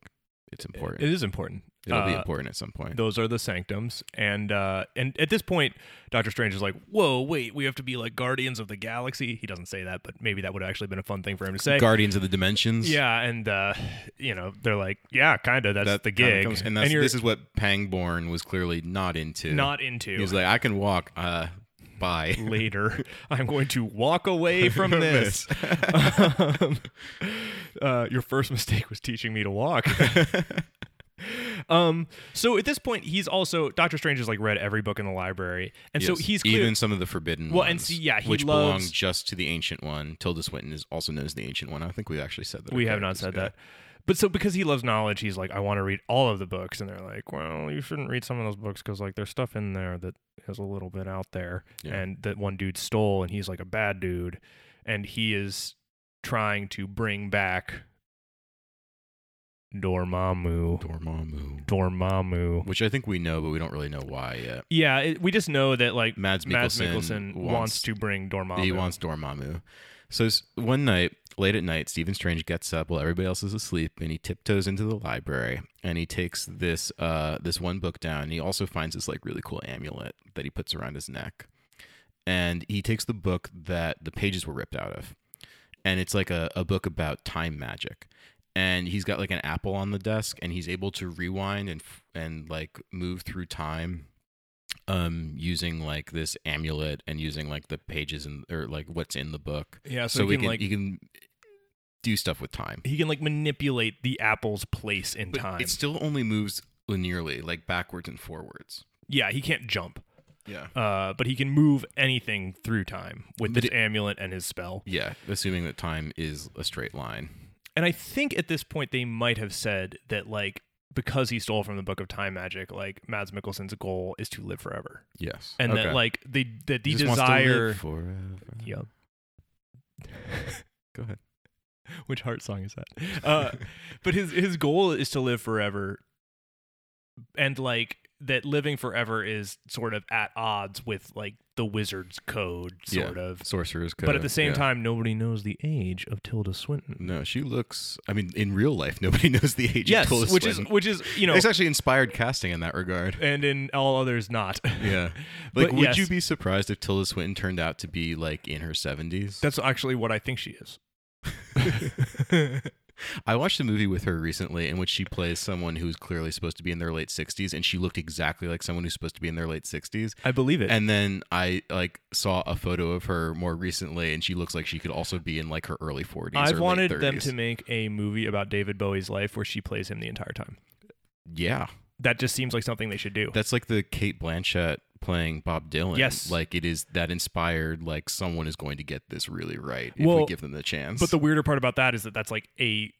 S1: it's important.
S2: It is important.
S1: It'll be
S2: Uh,
S1: important at some point.
S2: Those are the sanctums, and uh, and at this point, Doctor Strange is like, "Whoa, wait, we have to be like guardians of the galaxy." He doesn't say that, but maybe that would have actually been a fun thing for him to say.
S1: Guardians of the Dimensions.
S2: yeah, and uh, you know, they're like, "Yeah, kind of. That's
S1: That
S2: the
S1: kinda
S2: gig."
S1: comes- and that's,
S2: you're
S1: this is what Pangborn was clearly not into.
S2: not into.
S1: He was like, I can walk. Uh, bye.
S2: later. I'm going to walk away from this. um, uh, your first mistake was teaching me to walk. um, so at this point, he's also Doctor Strange has like read every book in the library, and so
S1: Yes.
S2: he's clear,
S1: even some of the forbidden.
S2: Well, and
S1: ones,
S2: see, yeah, he
S1: which belong
S2: loves-
S1: just to the ancient one. Tilda Swinton is also known as the ancient one. I think we've actually said that.
S2: we
S1: our
S2: have not
S1: characters
S2: said
S1: do.
S2: that. But so because he loves knowledge, he's like, I want to read all of the books, and they're like, well, you shouldn't read some of those books because like there's stuff in there that is a little bit out there,
S1: Yeah.
S2: and that one dude stole, and he's like a bad dude, and he is trying to bring back Dormammu,
S1: Dormammu,
S2: Dormammu.
S1: which I think we know, but we don't really know why uh, yet.
S2: Yeah, it, we just know that like
S1: Mads
S2: Mads
S1: Mikkelsen,
S2: Mikkelsen wants, to bring Dormammu.
S1: He wants Dormammu. So s- one night, late at night, Stephen Strange gets up while everybody else is asleep, and he tiptoes into the library and he takes this uh, this one book down. And he also finds this like really cool amulet that he puts around his neck, and he takes the book that the pages were ripped out of, and it's like a, a book about time magic. And he's got like an apple on the desk, and he's able to rewind and f- and like move through time um using like this amulet and using like the pages and or like what's in the book
S2: yeah, so,
S1: so,
S2: he
S1: we
S2: can,
S1: can
S2: like
S1: you can do stuff with time
S2: he can like manipulate the apple's place in
S1: but
S2: time.
S1: it still only moves linearly like backwards and forwards
S2: Yeah, he can't jump.
S1: yeah
S2: uh, but he can move anything through time with
S1: But
S2: this amulet and his spell.
S1: yeah assuming that time is a straight line
S2: And I think at this point they might have said that like because he stole from the Book of Time magic, like Mads Mikkelsen's goal is to live forever,
S1: Yes.
S2: and
S1: Okay.
S2: that like the that the
S1: He just wants to
S2: desire.
S1: live forever.
S2: Yep.
S1: Go ahead.
S2: Which heart song is that? Uh, but his his goal is to live forever, and like that living forever is sort of at odds with like the wizard's code,
S1: Yeah.
S2: sort of.
S1: Sorcerer's Code.
S2: But at the same
S1: yeah.
S2: time, nobody knows the age of Tilda Swinton.
S1: No, she looks. I mean, in real life, nobody knows the age
S2: yes,
S1: of Tilda
S2: which
S1: Swinton.
S2: is which is you know,
S1: it's actually inspired casting in that regard.
S2: and in all others not.
S1: Yeah, like,
S2: But
S1: would
S2: yes.
S1: you be surprised if Tilda Swinton turned out to be like in her seventies?
S2: That's actually what I think she is.
S1: I watched a movie with her recently in which she plays someone who's clearly supposed to be in their late sixties, and she looked exactly like someone who's supposed to be in their late sixties.
S2: I believe it.
S1: And then I like saw a photo of her more recently, and she looks like she could also be in like her early forties.
S2: I've wanted
S1: late 30s.
S2: them to make a movie about David Bowie's life where she plays him the entire time.
S1: Yeah,
S2: That just seems like something they should do.
S1: That's like the Kate Blanchett playing Bob Dylan.
S2: Yes.
S1: Like it is that inspired, like someone is going to get this really right if we
S2: Well,
S1: give them the chance.
S2: But the weirder part about that is that that's like a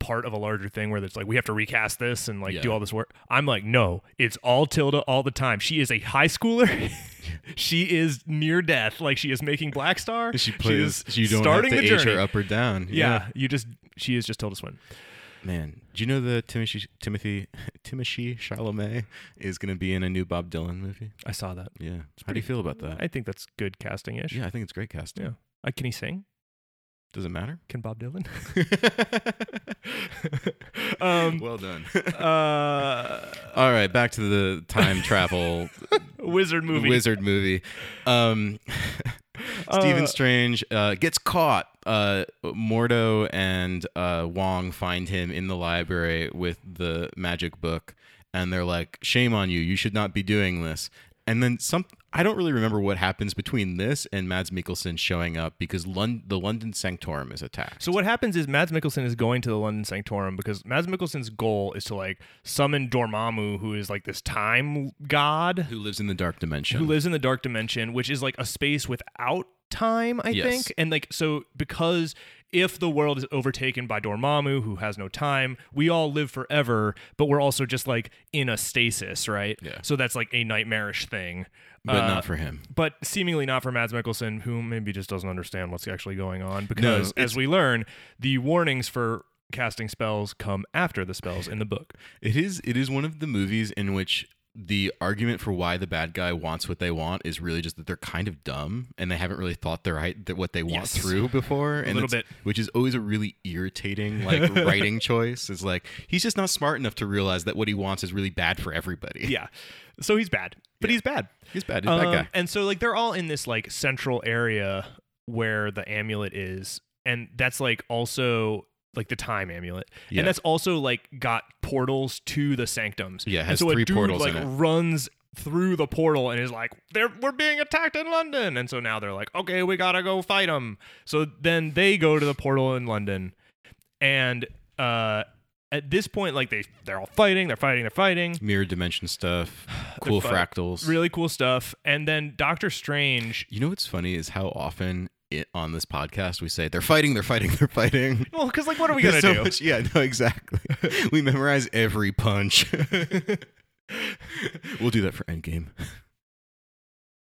S2: part of a larger thing where it's like we have to recast this and like
S1: Yeah.
S2: do all this work. I'm like, no, it's all Tilda all the time. She is a high schooler. she is near death. Like she is making Black Star.
S1: she plays
S2: is
S1: you don't
S2: starting
S1: have to
S2: the
S1: age
S2: journey.
S1: her up or down.
S2: yeah. you just she is just Tilda Swinton.
S1: Man. Do you know the Timothy Timothy Timothy Chalamet is gonna be in a new Bob Dylan movie?
S2: I saw that.
S1: Yeah. How do you feel about that?
S2: I think that's good casting ish.
S1: yeah, I think it's great casting.
S2: Yeah. Uh, can he sing?
S1: Does it matter?
S2: Can Bob Dylan? um,
S1: well done.
S2: uh,
S1: All right, back to the time travel
S2: wizard movie.
S1: wizard movie. Um, Stephen
S2: Uh,
S1: Strange uh, gets caught. Uh, Mordo and uh, Wong find him in the library with the magic book, and they're like, "Shame on you! You should not be doing this." And then some. I don't really remember what happens between this and Mads Mikkelsen showing up because Lon- the London Sanctorum is attacked.
S2: So what happens is Mads Mikkelsen is going to the London Sanctorum because Mads Mikkelsen's goal is to like summon Dormammu, who is like this time god
S1: who lives in the dark dimension?
S2: who lives in the dark dimension, which is like a space without time, I
S1: Yes.
S2: think. And like so because if the world is overtaken by Dormammu, who has no time, we all live forever, but we're also just like in a stasis, right?
S1: Yeah.
S2: So that's like a nightmarish thing.
S1: but
S2: Uh,
S1: not for him.
S2: but seemingly not for Mads Mikkelsen, who maybe just doesn't understand what's actually going on. Because
S1: it's-
S2: as we learn, the warnings for casting spells come after the spells in the book.
S1: It is it is one of the movies in which the argument for why the bad guy wants what they want is really just that they're kind of dumb and they haven't really thought their right that what they want
S2: Yes.
S1: through before and
S2: little
S1: it's- which is always a really irritating like writing choice is like he's just not smart enough to realize that what he wants is really bad for everybody
S2: Yeah. So he's bad. But he's bad.
S1: he's bad he's a
S2: Um,
S1: bad guy
S2: And so like they're all in this like central area where the amulet is, and that's like also like the time amulet,
S1: Yeah.
S2: and that's also like got portals to the sanctums.
S1: Yeah, it
S2: and
S1: has
S2: so
S1: three
S2: a dude
S1: portals
S2: like
S1: in it.
S2: runs through the portal and is like, "They're we're being attacked in London," and so now they're like, "Okay, we gotta go fight them." So then they go to the portal in London, and uh, at this point, like they they're all fighting, they're fighting, they're fighting
S1: mirror dimension stuff cool
S2: fun.
S1: fractals
S2: really cool stuff. And then Doctor Strange.
S1: you know what's funny is how often it, on this podcast we say they're fighting they're fighting they're fighting
S2: Well, because like, what are we gonna
S1: There's so
S2: do?
S1: much- yeah, no, exactly. we memorize every punch. we'll do that for Endgame.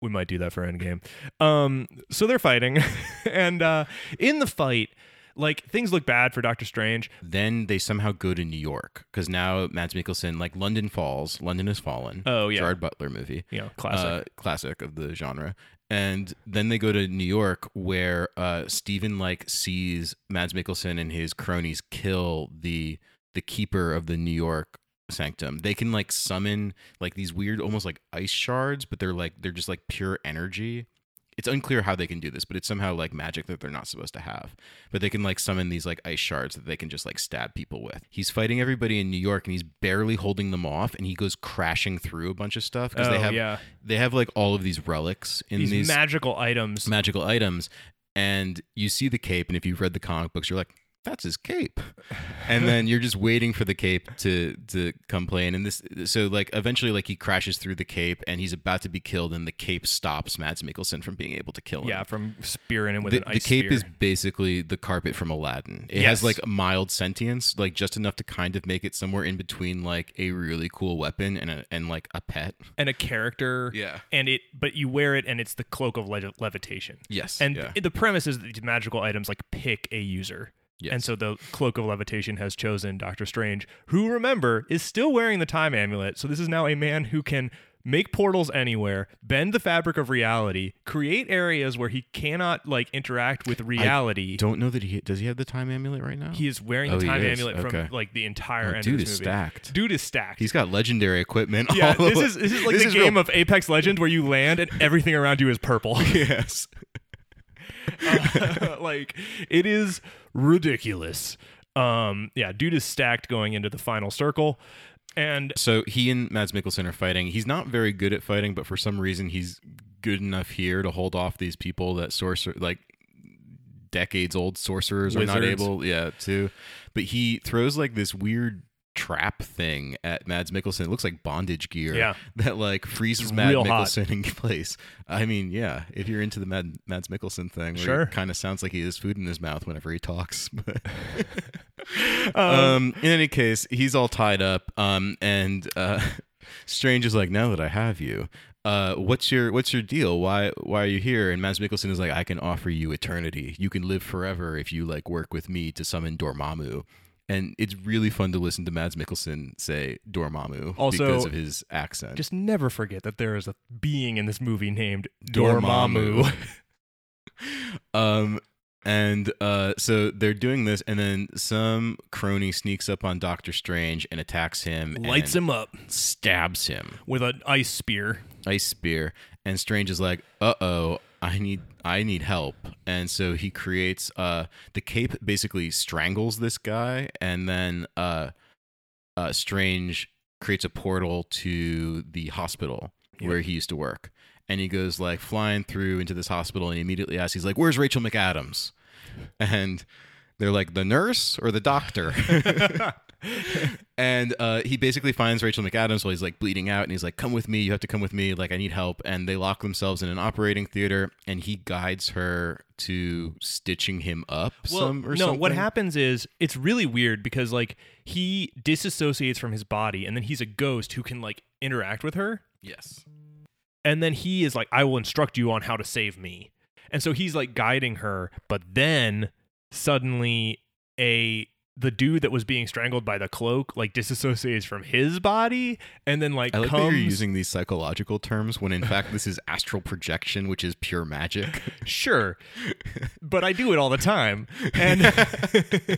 S2: We might do that for Endgame. Um, so they're fighting, and uh, in the fight, like things look bad for Doctor Strange.
S1: Then they somehow go to New York because now Mads Mikkelsen, like London Falls, London has fallen.
S2: Oh yeah,
S1: Gerard Butler movie,
S2: yeah, classic.
S1: Uh, classic of the genre. And then they go to New York, where uh, Stephen like sees Mads Mikkelsen and his cronies kill the the keeper of the New York sanctum. They can like summon like these weird, almost like ice shards, but they're like they're just like pure energy. It's unclear how they can do this, but it's somehow like magic that they're not supposed to have. But they can like summon these like ice shards that they can just like stab people with. He's fighting everybody in New York and he's barely holding them off and he goes crashing through a bunch of stuff because
S2: oh
S1: they have
S2: yeah,
S1: they have like all of these relics in
S2: these,
S1: these,
S2: magical items.
S1: magical items and you see the cape and if you've read the comic books you're like that's his cape and then you're just waiting for the cape to to come play in. and this so like eventually like he crashes through the cape and he's about to be killed and the cape stops Mads Mikkelsen from being able to kill him
S2: Yeah, from spearing him with
S1: the,
S2: an
S1: the
S2: ice
S1: cape
S2: spear.
S1: is basically the carpet from Aladdin. It
S2: Yes.
S1: has like mild sentience, like just enough to kind of make it somewhere in between like a really cool weapon and a, and like a pet.
S2: and a character.
S1: Yeah.
S2: And it, but you wear it, and it's the cloak of le- levitation.
S1: Yes.
S2: And
S1: yeah.
S2: th- the premise is that these magical items like pick a user.
S1: Yes.
S2: And so the cloak of levitation has chosen Doctor Strange, who remember is still wearing the time amulet. So this is now a man who can make portals anywhere, bend the fabric of reality, create areas where he cannot like interact with reality.
S1: don't know that he does he have the time amulet right now?
S2: He is wearing
S1: Oh,
S2: the
S1: he
S2: time
S1: is.
S2: amulet
S1: Okay.
S2: from like the entire
S1: Oh,
S2: end of
S1: dude
S2: this
S1: is
S2: movie.
S1: stacked.
S2: Dude is stacked.
S1: He's got legendary equipment.
S2: yeah,
S1: all
S2: this
S1: over-
S2: is this is like
S1: This
S2: the
S1: is real-
S2: game of Apex Legends where you land and everything around you is purple.
S1: yes.
S2: like it is ridiculous. Um, yeah, dude is stacked going into the final circle, and
S1: So he and Mads Mikkelsen are fighting. He's not very good at fighting, but for some reason he's good enough here to hold off these people that sorcerer like decades old sorcerers are not
S2: Wizards.
S1: able yeah to but he throws like this weird trap thing at Mads Mikkelsen. It looks like bondage gear
S2: Yeah.
S1: that like freezes
S2: It's
S1: Mads
S2: real hot.
S1: Mikkelsen in place. I mean, yeah, if you're into the Mad, Mads Mikkelsen thing,
S2: Sure.
S1: kind of sounds like he has food in his mouth whenever he talks. But
S2: um,
S1: um, in any case, he's all tied up. Um, and uh, Strange is like, now that I have you, uh, what's your what's your deal? Why why are you here? And Mads Mikkelsen is like, I can offer you eternity. You can live forever if you like work with me to summon Dormammu. And it's really fun to listen to Mads Mikkelsen say Dormammu
S2: Also,
S1: because of his accent.
S2: just never forget that there is a being in this movie named
S1: Dormammu.
S2: Dormammu.
S1: Um, and uh, so they're doing this, and then some crony sneaks up on Doctor Strange and attacks him,
S2: Lights
S1: and
S2: him up
S1: stabs him,
S2: with an ice spear.
S1: ice spear. And Strange is like, "Uh oh, I need, I need help." And so he creates uh, the cape basically strangles this guy, and then uh, uh, Strange creates a portal to the hospital
S2: Yeah.
S1: where he used to work. And he goes like flying through into this hospital and he immediately asks, he's like, Where's Rachel McAdams? And they're like, The nurse or the doctor? and uh, he basically finds Rachel McAdams while he's like bleeding out and he's like, Come with me. You have to come with me. Like, I need help. And they lock themselves in an operating theater and he guides her to stitching him up some or
S2: no,
S1: something.
S2: what happens is it's really weird because like he disassociates from his body, and then he's a ghost who can like interact with her.
S1: Yes.
S2: and then he is like i will instruct you on how to save me and so he's like guiding her but then suddenly a the dude that was being strangled by the cloak like disassociates from his body and then like
S1: I like that
S2: comes
S1: you're using these psychological terms when in fact this is astral projection, which is pure magic.
S2: sure but i do it all the time and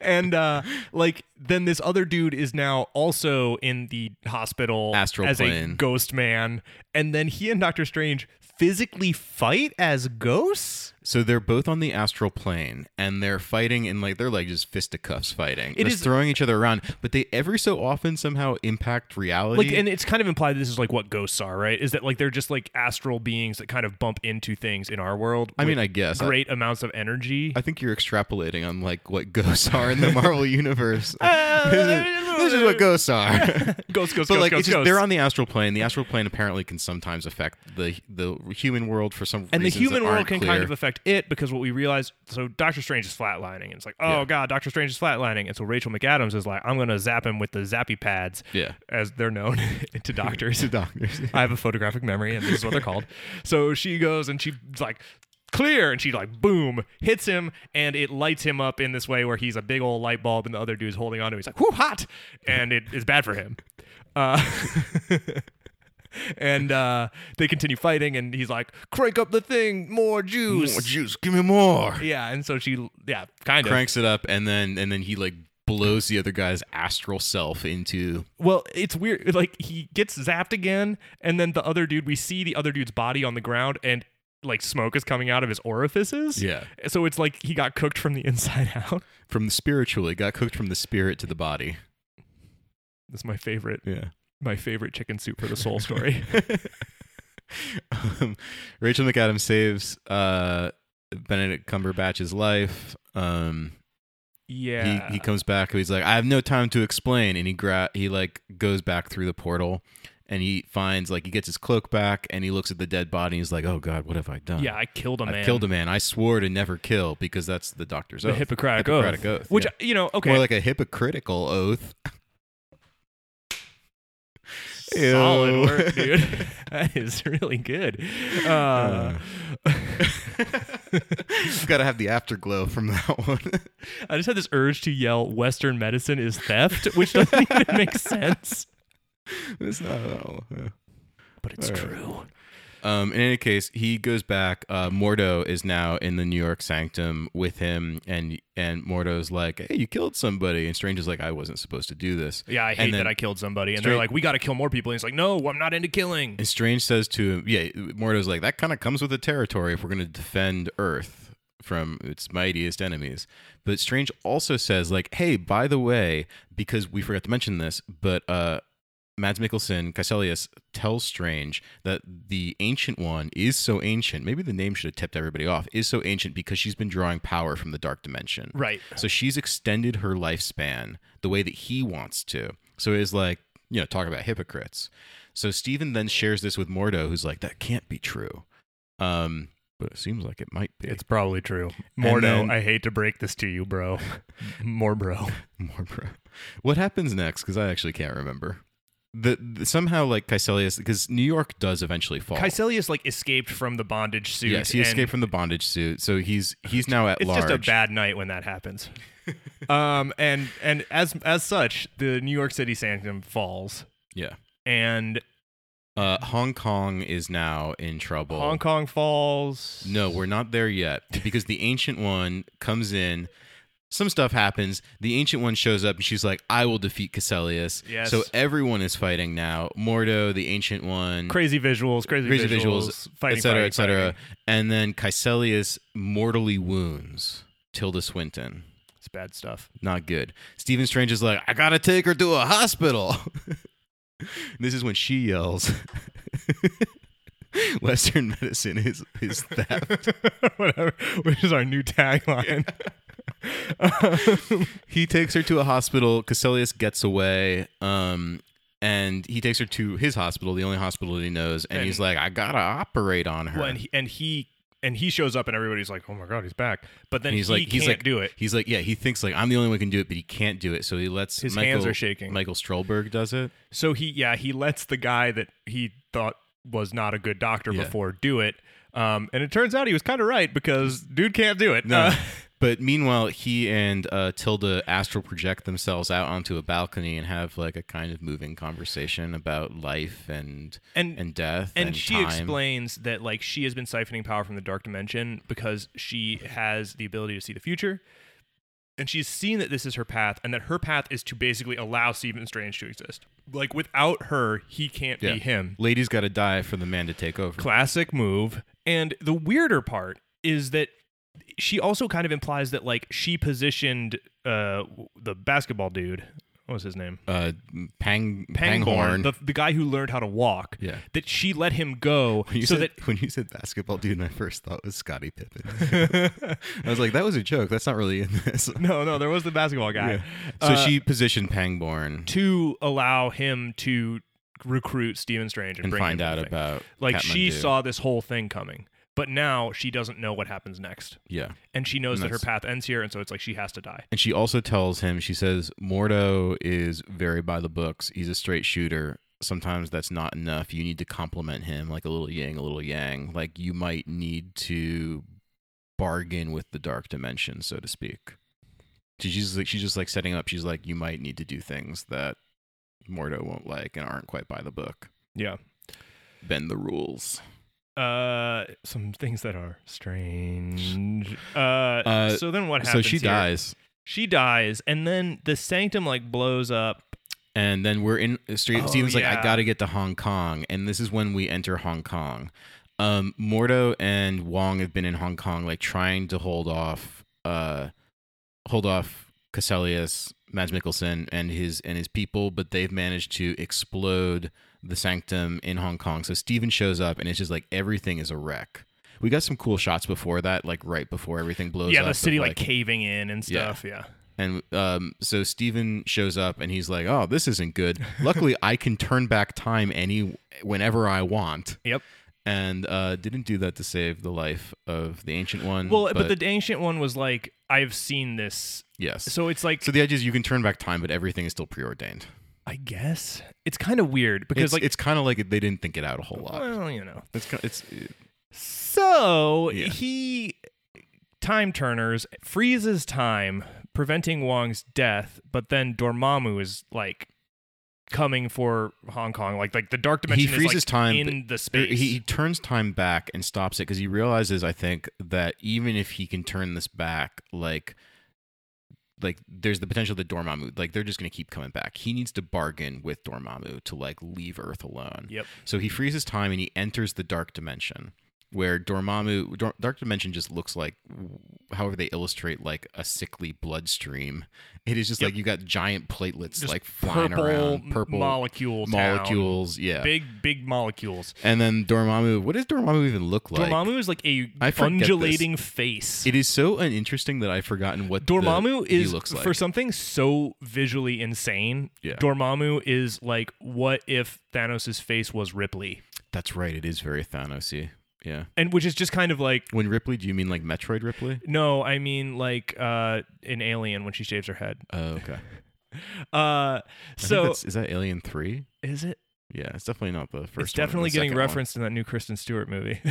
S2: and uh like then this other dude is now also in the hospital
S1: Astral
S2: as a
S1: plane.
S2: ghost man and then he and doctor strange physically fight as ghosts
S1: So they're both on the astral plane and they're fighting in like they're like just fisticuffs fighting. It is
S2: is-
S1: throwing each other around, but they every so often somehow impact reality.
S2: like and it's kind of implied this is like what ghosts are right is that like they're just like astral beings that kind of bump into things in our world
S1: I mean,
S2: with
S1: I guess I-
S2: great amounts of energy
S1: I think you're extrapolating on like what ghosts are in the Marvel universe.
S2: Uh,
S1: this, is, this is what ghosts are.
S2: ghosts ghosts
S1: But like
S2: ghosts, ghosts,
S1: it's just,
S2: ghosts.
S1: they're on the astral plane. The astral plane apparently can sometimes affect the the human world for some
S2: and the
S1: reasons that
S2: human world
S1: aren't
S2: can
S1: clear.
S2: kind of affect it because what we realize so Doctor Strange is flatlining and it's like oh
S1: Yeah.
S2: god Doctor Strange is flatlining and so Rachel McAdams is like I'm gonna zap him with the zappy pads
S1: Yeah.
S2: as they're known to doctors
S1: to doctors.
S2: I have a photographic memory, and this is what they're called. So she goes and she's like, clear, and she like boom hits him, and it lights him up in this way where he's a big old light bulb, and the other dude's holding on to. It. He's like, whoo hot, and it is bad for him. Uh, and uh, they continue fighting, and he's like, crank up the thing, more juice.
S1: More juice, "Oh, give me more.
S2: yeah, and so she, yeah, kind of.
S1: cranks it up and then and then he like blows the other guy's astral self into
S2: Well, it's weird. Like he gets zapped again, and then the other dude, we see the other dude's body on the ground, and like smoke is coming out of his orifices.
S1: Yeah.
S2: So it's like he got cooked from the inside out.
S1: from the spiritually got cooked from the spirit to the body.
S2: That's my favorite,
S1: Yeah.
S2: my favorite chicken soup for the soul story.
S1: um, Rachel McAdams saves uh, Benedict Cumberbatch's life. Um,
S2: Yeah.
S1: He he comes back and he's like, I have no time to explain, and he gra- he like goes back through the portal. And he finds like he gets his cloak back, and he looks at the dead body. and He's like, "Oh God, what have I done?
S2: yeah, I killed a
S1: I
S2: man.
S1: killed a man. I swore to never kill because that's the doctor's
S2: The
S1: oath.
S2: Hippocratic,
S1: Hippocratic
S2: oath.
S1: oath,
S2: Which,
S1: yeah.
S2: you know, okay.
S1: More like a hypocritical oath.
S2: solid
S1: Ew.
S2: work, dude. that is really good. Uh,
S1: Got to have the afterglow from that one.
S2: I just had this urge to yell Western medicine is theft, which doesn't even make sense.
S1: it's not at all. yeah.
S2: But it's
S1: All right.
S2: true.
S1: Um, in any case, he goes back. Uh, Mordo is now in the New York sanctum with him, and and Mordo's like, "Hey, you killed somebody," and Strange is like, "I wasn't supposed to do this."
S2: Yeah, I
S1: And
S2: hate
S1: then-
S2: that I killed somebody. And
S1: Straight-
S2: they're like, we got to kill more people. And he's like, no, I'm not into killing.
S1: And Strange says to him, "Yeah, Mordo's like that kind of comes with the territory if we're going to defend Earth from its mightiest enemies." But Strange also says, "Like, hey, by the way, because we forgot to mention this, but uh, Mads Mikkelsen, Caecilius tells Strange that the Ancient One is so ancient. Maybe the name should have tipped everybody off. Is so ancient because she's been drawing power from the Dark Dimension,
S2: Right.
S1: so she's extended her lifespan the way that he wants to. So it is like, you know, talk about hypocrites. So Stephen then shares this with Mordo, who's like, that can't be true. Um, but it seems like it might be.
S2: It's probably true.
S1: And
S2: Mordo,
S1: then-
S2: I hate to break this to you, bro. More bro.
S1: more bro. What happens next? Because I actually can't remember. The, the- somehow like Caecilius, because New York does eventually fall.
S2: Caecilius, like, escaped from the bondage suit.
S1: yes, he
S2: and
S1: escaped from the bondage suit, so he's he's now at
S2: It's
S1: large.
S2: just a bad night when that happens. um, and and as as such, the New York City sanctum falls,
S1: yeah.
S2: and
S1: Uh, Hong Kong is now in trouble.
S2: Hong Kong falls.
S1: Oh. No, we're not there yet because the ancient one comes in. Some stuff happens. The ancient one shows up and she's like, "I will defeat Caecilius."
S2: Yes.
S1: So everyone is fighting now. Mordo, the ancient one,
S2: crazy visuals, crazy,
S1: Crazy
S2: visuals,
S1: visuals,
S2: fighting,
S1: et cetera,
S2: fighting,
S1: et cetera,
S2: fighting.
S1: and then Caecilius mortally wounds Tilda Swinton.
S2: It's bad stuff.
S1: Not good. Stephen Strange is like, "I gotta take her to a hospital." this is when she yells. Western medicine is is theft.
S2: Whatever, which is our new tagline.
S1: he takes her to a hospital. Caecilius gets away, um, and he takes her to his hospital, the only hospital that he knows. And,
S2: And-
S1: he's like, "I gotta operate on her."
S2: Well, and he, and he and he shows up, and everybody's like, "Oh my god, he's back!" But then
S1: And he's
S2: he
S1: like, he's
S2: can't
S1: like,
S2: do it.
S1: He's like, yeah, he thinks like I'm the only one who can do it, but he can't do it. So he lets
S2: His
S1: Michael,
S2: hands are shaking.
S1: Michael Strolberg does it.
S2: So he, yeah, he lets the guy that he thought was not a good doctor
S1: Yeah.
S2: before do it. Um, and it turns out he was kind of right because dude can't do it. Uh,
S1: but meanwhile, he and uh, Tilda astral project themselves out onto a balcony and have like a kind of moving conversation about life and
S2: and
S1: and death and,
S2: and she
S1: time.
S2: explains that like she has been siphoning power from the dark dimension because she has the ability to see the future and she's seen that this is her path and that her path is to basically allow stephen strange to exist like without her he can't
S1: Yeah.
S2: be him
S1: Lady's got to die for the man to take over.
S2: classic move and the weirder part is that she also kind of implies that like she positioned uh the basketball dude what was his name
S1: uh, Pang
S2: Pangborn,
S1: Panghorn.
S2: the, the guy who learned how to walk
S1: Yeah.
S2: that she let him go
S1: When you
S2: so
S1: said,
S2: that
S1: when you said basketball, dude, my first thought was Scottie Pippen. I was like, that was a joke. That's not really in this. So
S2: No, no, there was the basketball guy. Uh,
S1: she positioned Pangborn
S2: to allow him to recruit Stephen Strange and,
S1: and
S2: bring him
S1: find
S2: to the
S1: out
S2: thing.
S1: about
S2: like she
S1: Kathmandu.
S2: saw this whole thing coming, but now she doesn't know what happens next,
S1: Yeah,
S2: and she knows that her
S1: That's-
S2: path ends here, and so it's like she has to die.
S1: and she also tells him. She says Mordo is very by the books. He's a straight shooter. Sometimes that's not enough. You need to compliment him like a little yang, a little yang. Like you might need to bargain with the dark dimension, so to speak. So she's like she's just like setting up. She's like, you might need to do things that Mordo won't like and aren't quite by the book.
S2: Yeah.
S1: Bend the rules.
S2: Uh, some things that are strange. Uh,
S1: Uh,
S2: so then what
S1: So
S2: happens?
S1: she
S2: here?
S1: dies,
S2: She dies, and then the sanctum like blows up.
S1: and then we're in. Stre-
S2: Oh,
S1: Steven's like,
S2: yeah.
S1: I gotta get to Hong Kong, and this is when we enter Hong Kong. Um, Mordo and Wong have been in Hong Kong, like trying to hold off, uh, hold off Caecilius, Mads Mikkelsen, and his and his people, but they've managed to explode the sanctum in Hong Kong. So Steven shows up, and it's just like everything is a wreck. We got some cool shots before that, like right before everything blows
S2: yeah,
S1: up.
S2: the
S1: of,
S2: city like,
S1: like
S2: caving in and
S1: Yeah.
S2: stuff. Yeah.
S1: And um, so Steven shows up and he's like, "Oh, this isn't good." Luckily, I can turn back time any whenever I want,
S2: Yep.
S1: and uh, didn't do that to save the life of the ancient one.
S2: Well, but, the ancient one was like, I've seen this.
S1: yes.
S2: So it's like,
S1: So the idea is you can turn back time, but everything is still preordained.
S2: I guess it's kind of weird because
S1: It's
S2: like,
S1: like it's kind of like they didn't think it out a whole lot.
S2: well, you know.
S1: It's ki- it's
S2: So
S1: Yeah.
S2: he time turners freezes time, preventing Wong's death, but then Dormammu is like coming for Hong Kong. Like like the dark dimension is, like,
S1: freezes time, uh,
S2: in the
S1: He,
S2: space.
S1: he turns time back and stops it because he realizes, I think, that even if he can turn this back, like, like there's the potential that Dormammu, like, they're just gonna keep coming back. He needs to bargain with Dormammu to like leave Earth alone.
S2: Yep.
S1: So he freezes time and he enters the dark dimension, where Dormammu, Dor- dark dimension just looks like, however they illustrate, like a sickly bloodstream. It is just
S2: Yep.
S1: like you got giant platelets
S2: Just
S1: like flying
S2: purple
S1: around, purple
S2: molecule town.
S1: molecules, yeah.
S2: Big big molecules.
S1: And then Dormammu, what does Dormammu even look like?
S2: Dormammu is like a
S1: I forget this.
S2: undulating face.
S1: It is so uninteresting that I've forgotten what the-
S2: Dormammu
S1: he
S2: is
S1: looks like.
S2: for something so visually insane.
S1: Yeah.
S2: Dormammu is like what if Thanos' face was Ripley,
S1: That's right. It is very Thanosy. Yeah.
S2: and which is just kind of like
S1: When Ripley, do you mean like Metroid Ripley?
S2: no, I mean like uh, an alien when she shaves her head.
S1: Oh, okay.
S2: Uh,
S1: I think
S2: so
S1: that's, is that Alien Three?
S2: is it?
S1: Yeah, it's definitely not the first. one,
S2: It's definitely
S1: the second
S2: getting
S1: one.
S2: referenced in that new Kristen Stewart movie.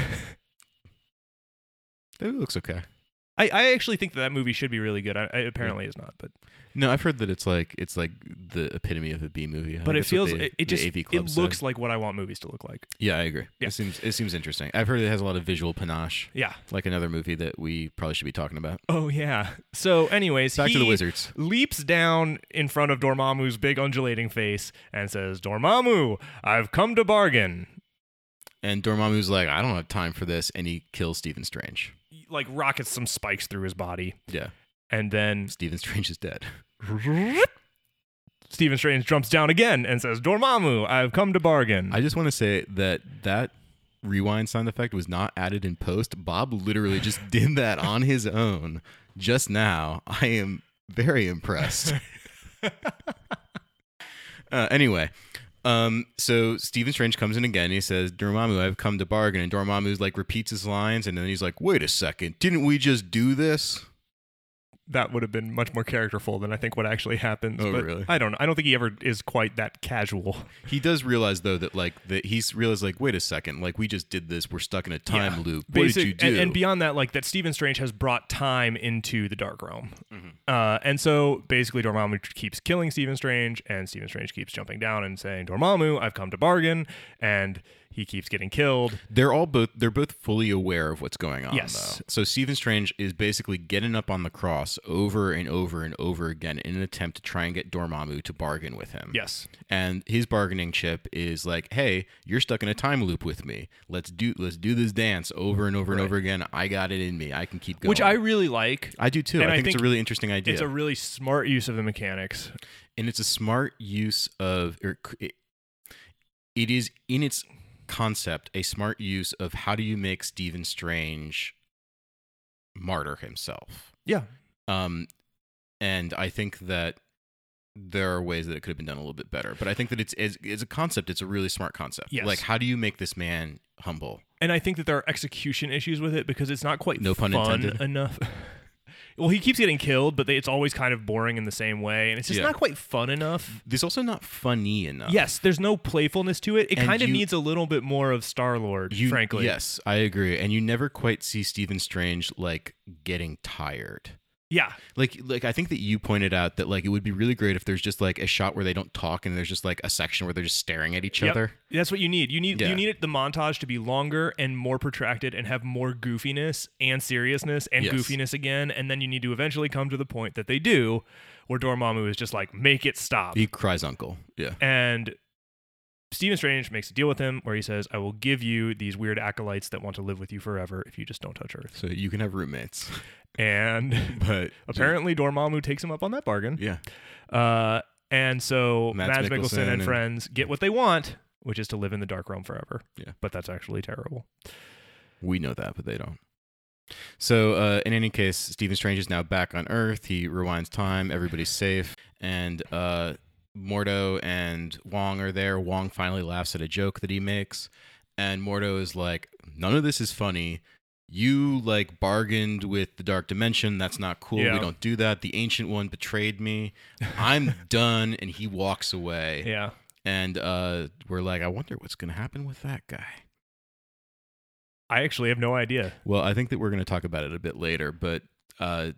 S1: That looks okay.
S2: I, I actually think that that movie should be really good. I, I apparently is not, but
S1: No, I've heard that it's like it's like the epitome of a B movie. I think
S2: but it
S1: that's what
S2: feels
S1: the-
S2: it, it
S1: the
S2: just
S1: AV
S2: it
S1: Club
S2: looks
S1: said.
S2: like what I want movies to look like.
S1: Yeah, I agree.
S2: Yeah.
S1: It seems it seems interesting. I've heard it has a lot of visual panache,
S2: Yeah.
S1: like another movie that we probably should be talking about.
S2: Oh yeah. So anyways,
S1: Back to the
S2: he-
S1: wizards.
S2: leaps down in front of Dormammu's big undulating face and says, "Dormammu, I've come to bargain."
S1: And Dormammu's like, I don't have time for this, and he kills Stephen Strange.
S2: He, Like rockets some spikes through his body,
S1: Yeah,
S2: and then
S1: Stephen Strange is dead.
S2: Stephen Strange jumps down again and says, "Dormammu, I've come to bargain."
S1: I just want to say that that rewind sound effect was not added in post. Bob literally just did that on his own just now. I am very impressed. uh, anyway, um, so Stephen Strange comes in again. He says, "Dormammu, I've come to bargain." And Dormammu's like repeats his lines, and then he's like, "Wait a second, didn't we just do this?"
S2: that would have been much more characterful than I think what actually happens.
S1: Oh,
S2: but
S1: really?
S2: I don't know. I don't think he ever is quite that casual.
S1: He does realize though that like that he's realized like, "Wait a second, like we just did this. We're stuck in a time
S2: Yeah.
S1: loop. What
S2: Basic,
S1: did you do?"
S2: And, and beyond that, like that Stephen Strange has brought time into the Dark Realm.
S1: Mm-hmm.
S2: Uh, and so basically, Dormammu keeps killing Stephen Strange, and Stephen Strange keeps jumping down and saying, Dormammu, I've come to bargain. And he keeps getting killed.
S1: They're all both they're both fully aware of what's going on.
S2: Yes.
S1: Though. So Stephen Strange is basically getting up on the cross over and over and over again in an attempt to try and get Dormammu to bargain with him.
S2: Yes.
S1: And his bargaining chip is like, "Hey, you're stuck in a time loop with me. Let's do let's do this dance over and over and over again. I got it in me. I can keep going."
S2: Which I really like.
S1: I do too. I
S2: and
S1: think,
S2: I
S1: it's
S2: think
S1: a really interesting idea,
S2: It's a really smart use of the mechanics.
S1: and it's a smart use of or c- it, it is in its concept a smart use of how do you make Stephen Strange martyr himself.
S2: Yeah.
S1: Um, and I think that there are ways that it could have been done a little bit better, but I think that it's as, as a concept, it's a really smart concept.
S2: Yes.
S1: Like, how do you make this man humble?
S2: And I think that there are execution issues with it because it's not quite
S1: No pun
S2: fun
S1: intended.
S2: enough. well, he keeps getting killed, but they, it's always kind of boring in the same way. And it's just
S1: Yeah.
S2: not quite fun enough.
S1: There's also not funny enough.
S2: Yes, there's no playfulness to it. It
S1: And
S2: kind of
S1: you-
S2: needs a little bit more of Star Lord,
S1: You,
S2: frankly.
S1: yes, I agree. And you never quite see Stephen Strange like getting tired.
S2: Yeah.
S1: like like I think that you pointed out that like it would be really great if there's just like a shot where they don't talk and there's just like a section where they're just staring at each
S2: Yep.
S1: other.
S2: That's what you need. You need
S1: Yeah.
S2: you need it, the montage to be longer and more protracted and have more goofiness and seriousness and
S1: Yes.
S2: goofiness again. And then you need to eventually come to the point that they do, where Dormammu is just like, make it stop.
S1: He cries uncle. Yeah.
S2: and Stephen Strange makes a deal with him where he says, I will give you these weird acolytes that want to live with you forever if you just don't touch Earth.
S1: So you can have roommates.
S2: And
S1: But
S2: apparently Dormammu takes him up on that bargain.
S1: yeah.
S2: Uh, and so
S1: Mads
S2: Mads,
S1: Mikkelsen
S2: Mikkelsen, and,
S1: and-
S2: friends get what they want, which is to live in the dark realm forever.
S1: Yeah.
S2: But that's actually terrible.
S1: We know that, but they don't. So, uh, in any case, Stephen Strange is now back on Earth. He rewinds time. Everybody's safe, and uh, Mordo and Wong are there. Wong finally laughs at a joke that he makes, and Mordo is like, "None of this is funny. You like bargained with the Dark Dimension. That's not cool.
S2: Yeah.
S1: We don't do that. The Ancient One betrayed me. I'm done." And he walks away.
S2: Yeah.
S1: And uh, we're like, "I wonder what's going to happen with that guy."
S2: I actually have no idea.
S1: Well, I think that we're going to talk about it a bit later, but uh,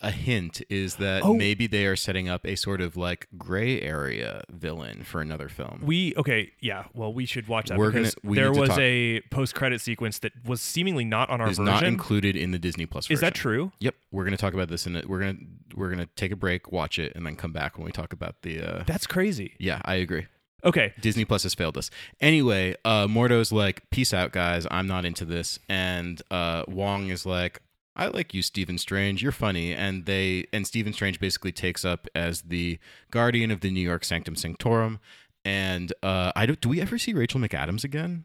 S1: a hint is that
S2: Oh.
S1: maybe they are setting up a sort of like gray area villain for another film.
S2: We okay, yeah. Well, we should watch that
S1: We're gonna-
S2: because
S1: we
S2: there
S1: need to
S2: was
S1: talk-
S2: a post-credit sequence that was seemingly not on our
S1: is
S2: version.
S1: not included in the Disney Plus version.
S2: Is that true?
S1: Yep, we're going to talk about this in a, we're going to we're going to take a break, watch it and then come back when we talk about the uh,
S2: That's crazy.
S1: Yeah, I agree.
S2: Okay.
S1: Disney Plus has failed us. Anyway, uh, Mordo's like, "Peace out, guys. I'm not into this." And uh, Wong is like, "I like you, Stephen Strange. You're funny." And they and Stephen Strange basically takes up as the guardian of the New York Sanctum Sanctorum. And uh, I don't. Do we ever see Rachel McAdams again?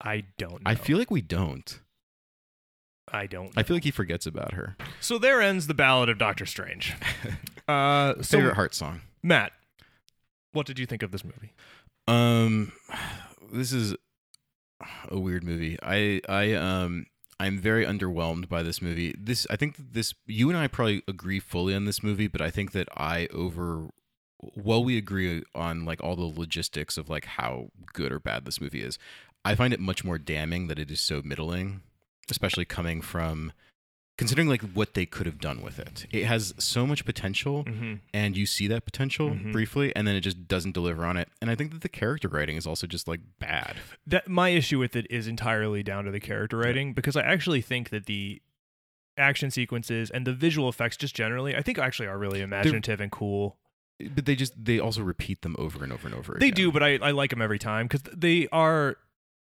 S2: I don't know.
S1: I feel like we don't.
S2: I don't
S1: I
S2: know.
S1: feel like he forgets about her.
S2: So there ends the ballad of Doctor Strange. Uh so
S1: Favorite heart song.
S2: Matt, what did you think of this movie?
S1: Um, this is a weird movie. I I um I'm very underwhelmed by this movie. This I think that this you and I probably agree fully on this movie, but I think that I over while we agree on like all the logistics of like how good or bad this movie is, I find it much more damning that it is so middling, especially coming from considering like what they could have done with it. It has so much potential
S2: Mm-hmm.
S1: and you see that potential
S2: Mhm.
S1: briefly and then it just doesn't deliver on it and i think that the character writing is also just like bad
S2: that my issue with it is entirely down to the character writing because I actually think that the action sequences and the visual effects just generally I think actually are really imaginative and cool.
S1: but they just they also repeat them over and over and over
S2: They
S1: again.
S2: do, but I, I like them every time because they are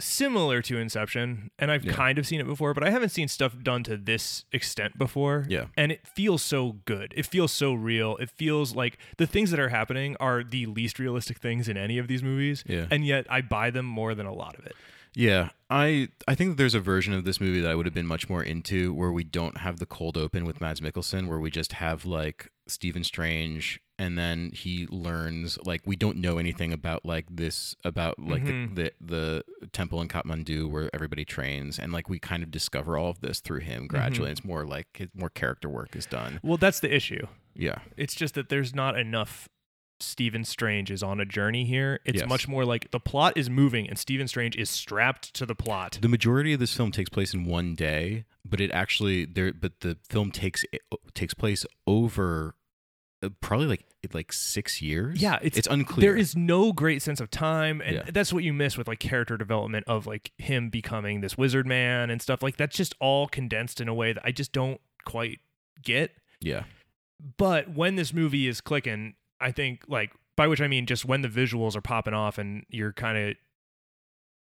S2: similar to Inception and I've
S1: Yeah.
S2: kind of seen it before, but I haven't seen stuff done to this extent before.
S1: Yeah.
S2: And it feels so good. It feels so real. It feels like the things that are happening are the least realistic things in any of these movies.
S1: Yeah.
S2: And yet I buy them more than a lot of it.
S1: yeah i i think that there's a version of this movie that i would have been much more into where we don't have the cold open with mads mikkelsen where we just have like stephen strange and then he learns like we don't know anything about like this about like
S2: Mhm.
S1: the, the the temple in Kathmandu where everybody trains and like we kind of discover all of this through him gradually it's more like his- more character work is done
S2: Well, that's the issue.
S1: yeah
S2: It's just that there's not enough Stephen Strange is on a journey here. It's
S1: Yes.
S2: much more like the plot is moving and Stephen Strange is strapped to the plot.
S1: The majority of this film takes place in one day, but it actually there. But the film takes it takes place over uh, probably like like six years.
S2: Yeah, it's-
S1: it's, unclear.
S2: There is no great sense of time and
S1: Yeah.
S2: that's what you miss with like character development of like him becoming this wizard man and stuff like that's just all condensed in a way that I just don't quite get.
S1: yeah,
S2: But when this movie is clicking, I think like by which I mean just when the visuals are popping off and you're kind of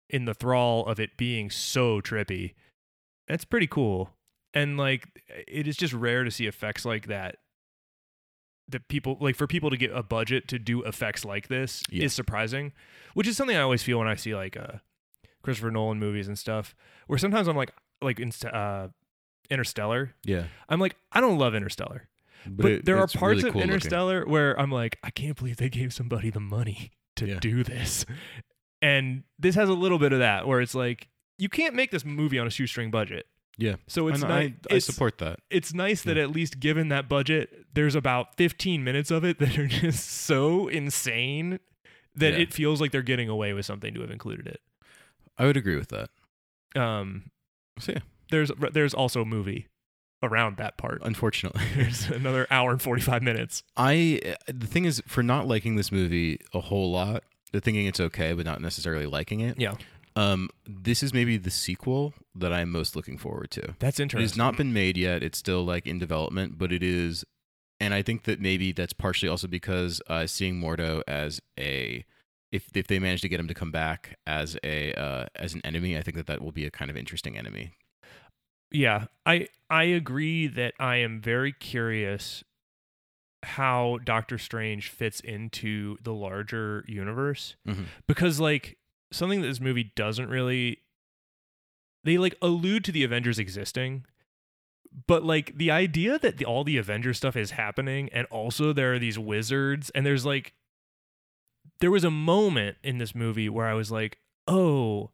S2: in the thrall of it being so trippy. That's pretty cool. And like it is just rare to see effects like that. That people like for people to get a budget to do effects like this
S1: Yeah.
S2: is surprising, which is something I always feel when I see like uh Christopher Nolan movies and stuff, where sometimes I'm like like in, uh Interstellar,
S1: yeah.
S2: I'm like I don't love Interstellar. But,
S1: it-
S2: there are
S1: it's
S2: parts
S1: really
S2: of
S1: cool looking.
S2: Interstellar where I'm like, I can't believe they gave somebody the money to
S1: Yeah.
S2: do this. And this has a little bit of that where it's like, you can't make this movie on a shoestring budget.
S1: Yeah.
S2: So it's
S1: And
S2: nice.
S1: I, I
S2: it's,
S1: support that.
S2: it's nice that at least given that budget, there's about 15 minutes of it that are just so insane that
S1: Yeah.
S2: it feels like they're getting away with something to have included it.
S1: I would agree with that.
S2: Um,
S1: So yeah,
S2: there's there's also a movie around that part.
S1: unfortunately,
S2: There's another hour and 45 minutes.
S1: I uh, the thing is for not liking this movie a whole lot, thinking it's okay but not necessarily liking it.
S2: Yeah.
S1: Um, this is maybe the sequel that I'm most looking forward to. It has
S2: That's interesting.
S1: not been made yet. It's still like in development, but it is. And I think that maybe that's partially also because uh, seeing Mordo as a, if if they manage to get him to come back as a uh, as an enemy, I think that that will be a kind of interesting enemy.
S2: yeah i i agree that i am very curious how doctor strange fits into the larger universe
S1: Mhm.
S2: because like something that this movie doesn't really they like allude to the Avengers existing, but like the idea that the, all the Avengers stuff is happening, and also there are these wizards, and there's like, there was a moment in this movie where I was like, oh,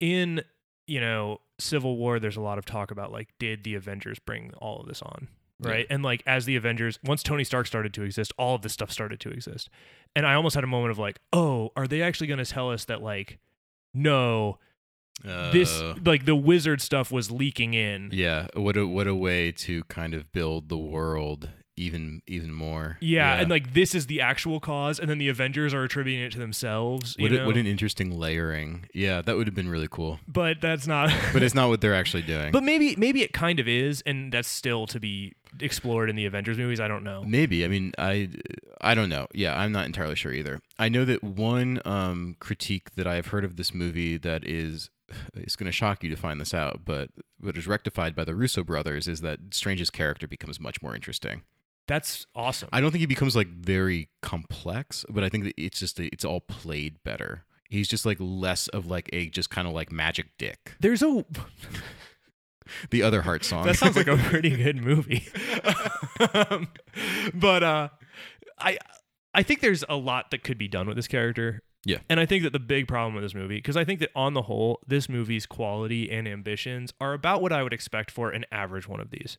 S2: in you know Civil War, there's a lot of talk about like, did the Avengers bring all of this on?
S1: Yeah.
S2: Right. And like, as the Avengers, once Tony Stark started to exist, all of this stuff started to exist. And I almost had a moment of like, oh, are they actually going to tell us that, like, no, this
S1: Uh,
S2: like the wizard stuff was leaking in. Yeah,
S1: yeah. What a what a way to kind of build the world even even more.
S2: and like this is the actual cause, and then the Avengers are attributing it to themselves. You
S1: what, a-
S2: know?
S1: what an interesting layering. Yeah, that would have been really cool.
S2: but that's not.
S1: But it's not what they're actually doing.
S2: but maybe maybe it kind of is, and that's still to be explored in the Avengers movies. I don't know.
S1: Maybe. I mean, I I don't know. Yeah, I'm not entirely sure either. I know that one um, critique that I've heard of this movie that is it's going to shock you to find this out, but but is rectified by the Russo brothers is that Strange's character becomes much more interesting.
S2: That's awesome.
S1: I don't think he becomes like very complex, but I think that it's just it's all played better. He's just like less of like a just kind of like magic dick.
S2: There's a
S1: The other heart song.
S2: that sounds like a pretty good movie. um, but uh, I I think there's a lot that could be done with this character.
S1: Yeah.
S2: And I think that the big problem with this movie, because I think that on the whole, this movie's quality and ambitions are about what I would expect for an average one of these.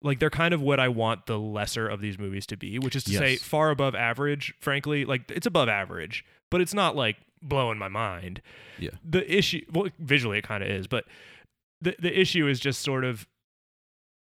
S2: Like they're kind of what I want the lesser of these movies to be, which is to say
S1: Yes.
S2: far above average, frankly. Like it's above average, but it's not like blowing my mind.
S1: Yeah.
S2: The issue well visually it kind of is, but the the issue is just sort of